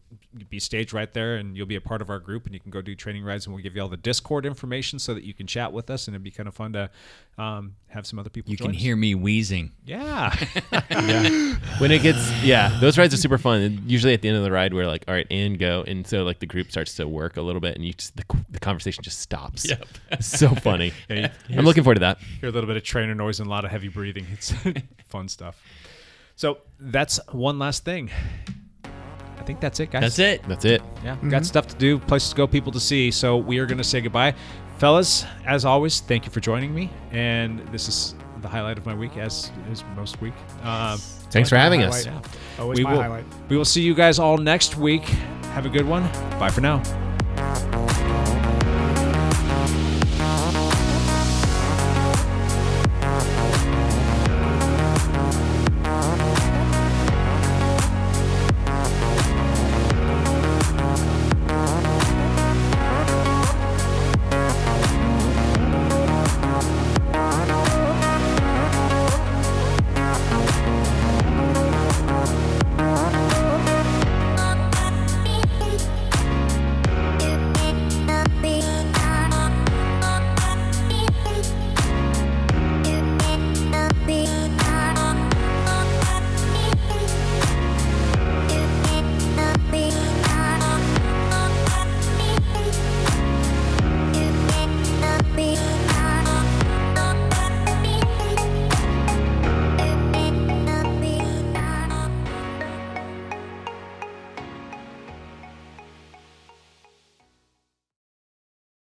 S3: be staged right there, and you'll be a part of our group, and you can go do training rides, and we'll give you all the Discord information so that you can chat with us, and it'd be kind of fun to um, have some other people.
S9: You
S3: join
S9: can
S3: us.
S9: hear me wheezing.
S3: Yeah. <laughs>
S8: yeah. When it gets yeah, those rides are super fun. And usually at the end of the ride, we're like, all right, and go, and so like the group starts to work a little bit, and you just the, the conversation just stops.
S3: Yep.
S8: It's so funny.
S3: Yeah, you-
S8: I'm looking forward to that.
S3: Hear a little bit of trainer noise and a lot of heavy breathing. <laughs> It's fun stuff. So that's one last thing. I think that's it, guys.
S9: That's it.
S8: That's it.
S3: Yeah,
S10: Mm-hmm.
S3: got stuff to do, places to go, people to see. So we are going to say goodbye. Fellas, as always, thank you for joining me. And this is the highlight of my week, as is most week. Um,
S8: Thanks for having us.
S3: yeah.
S10: <laughs> Always
S3: we
S10: my
S3: will,
S10: highlight.
S3: We will see you guys all next week. Have a good one. Bye for now.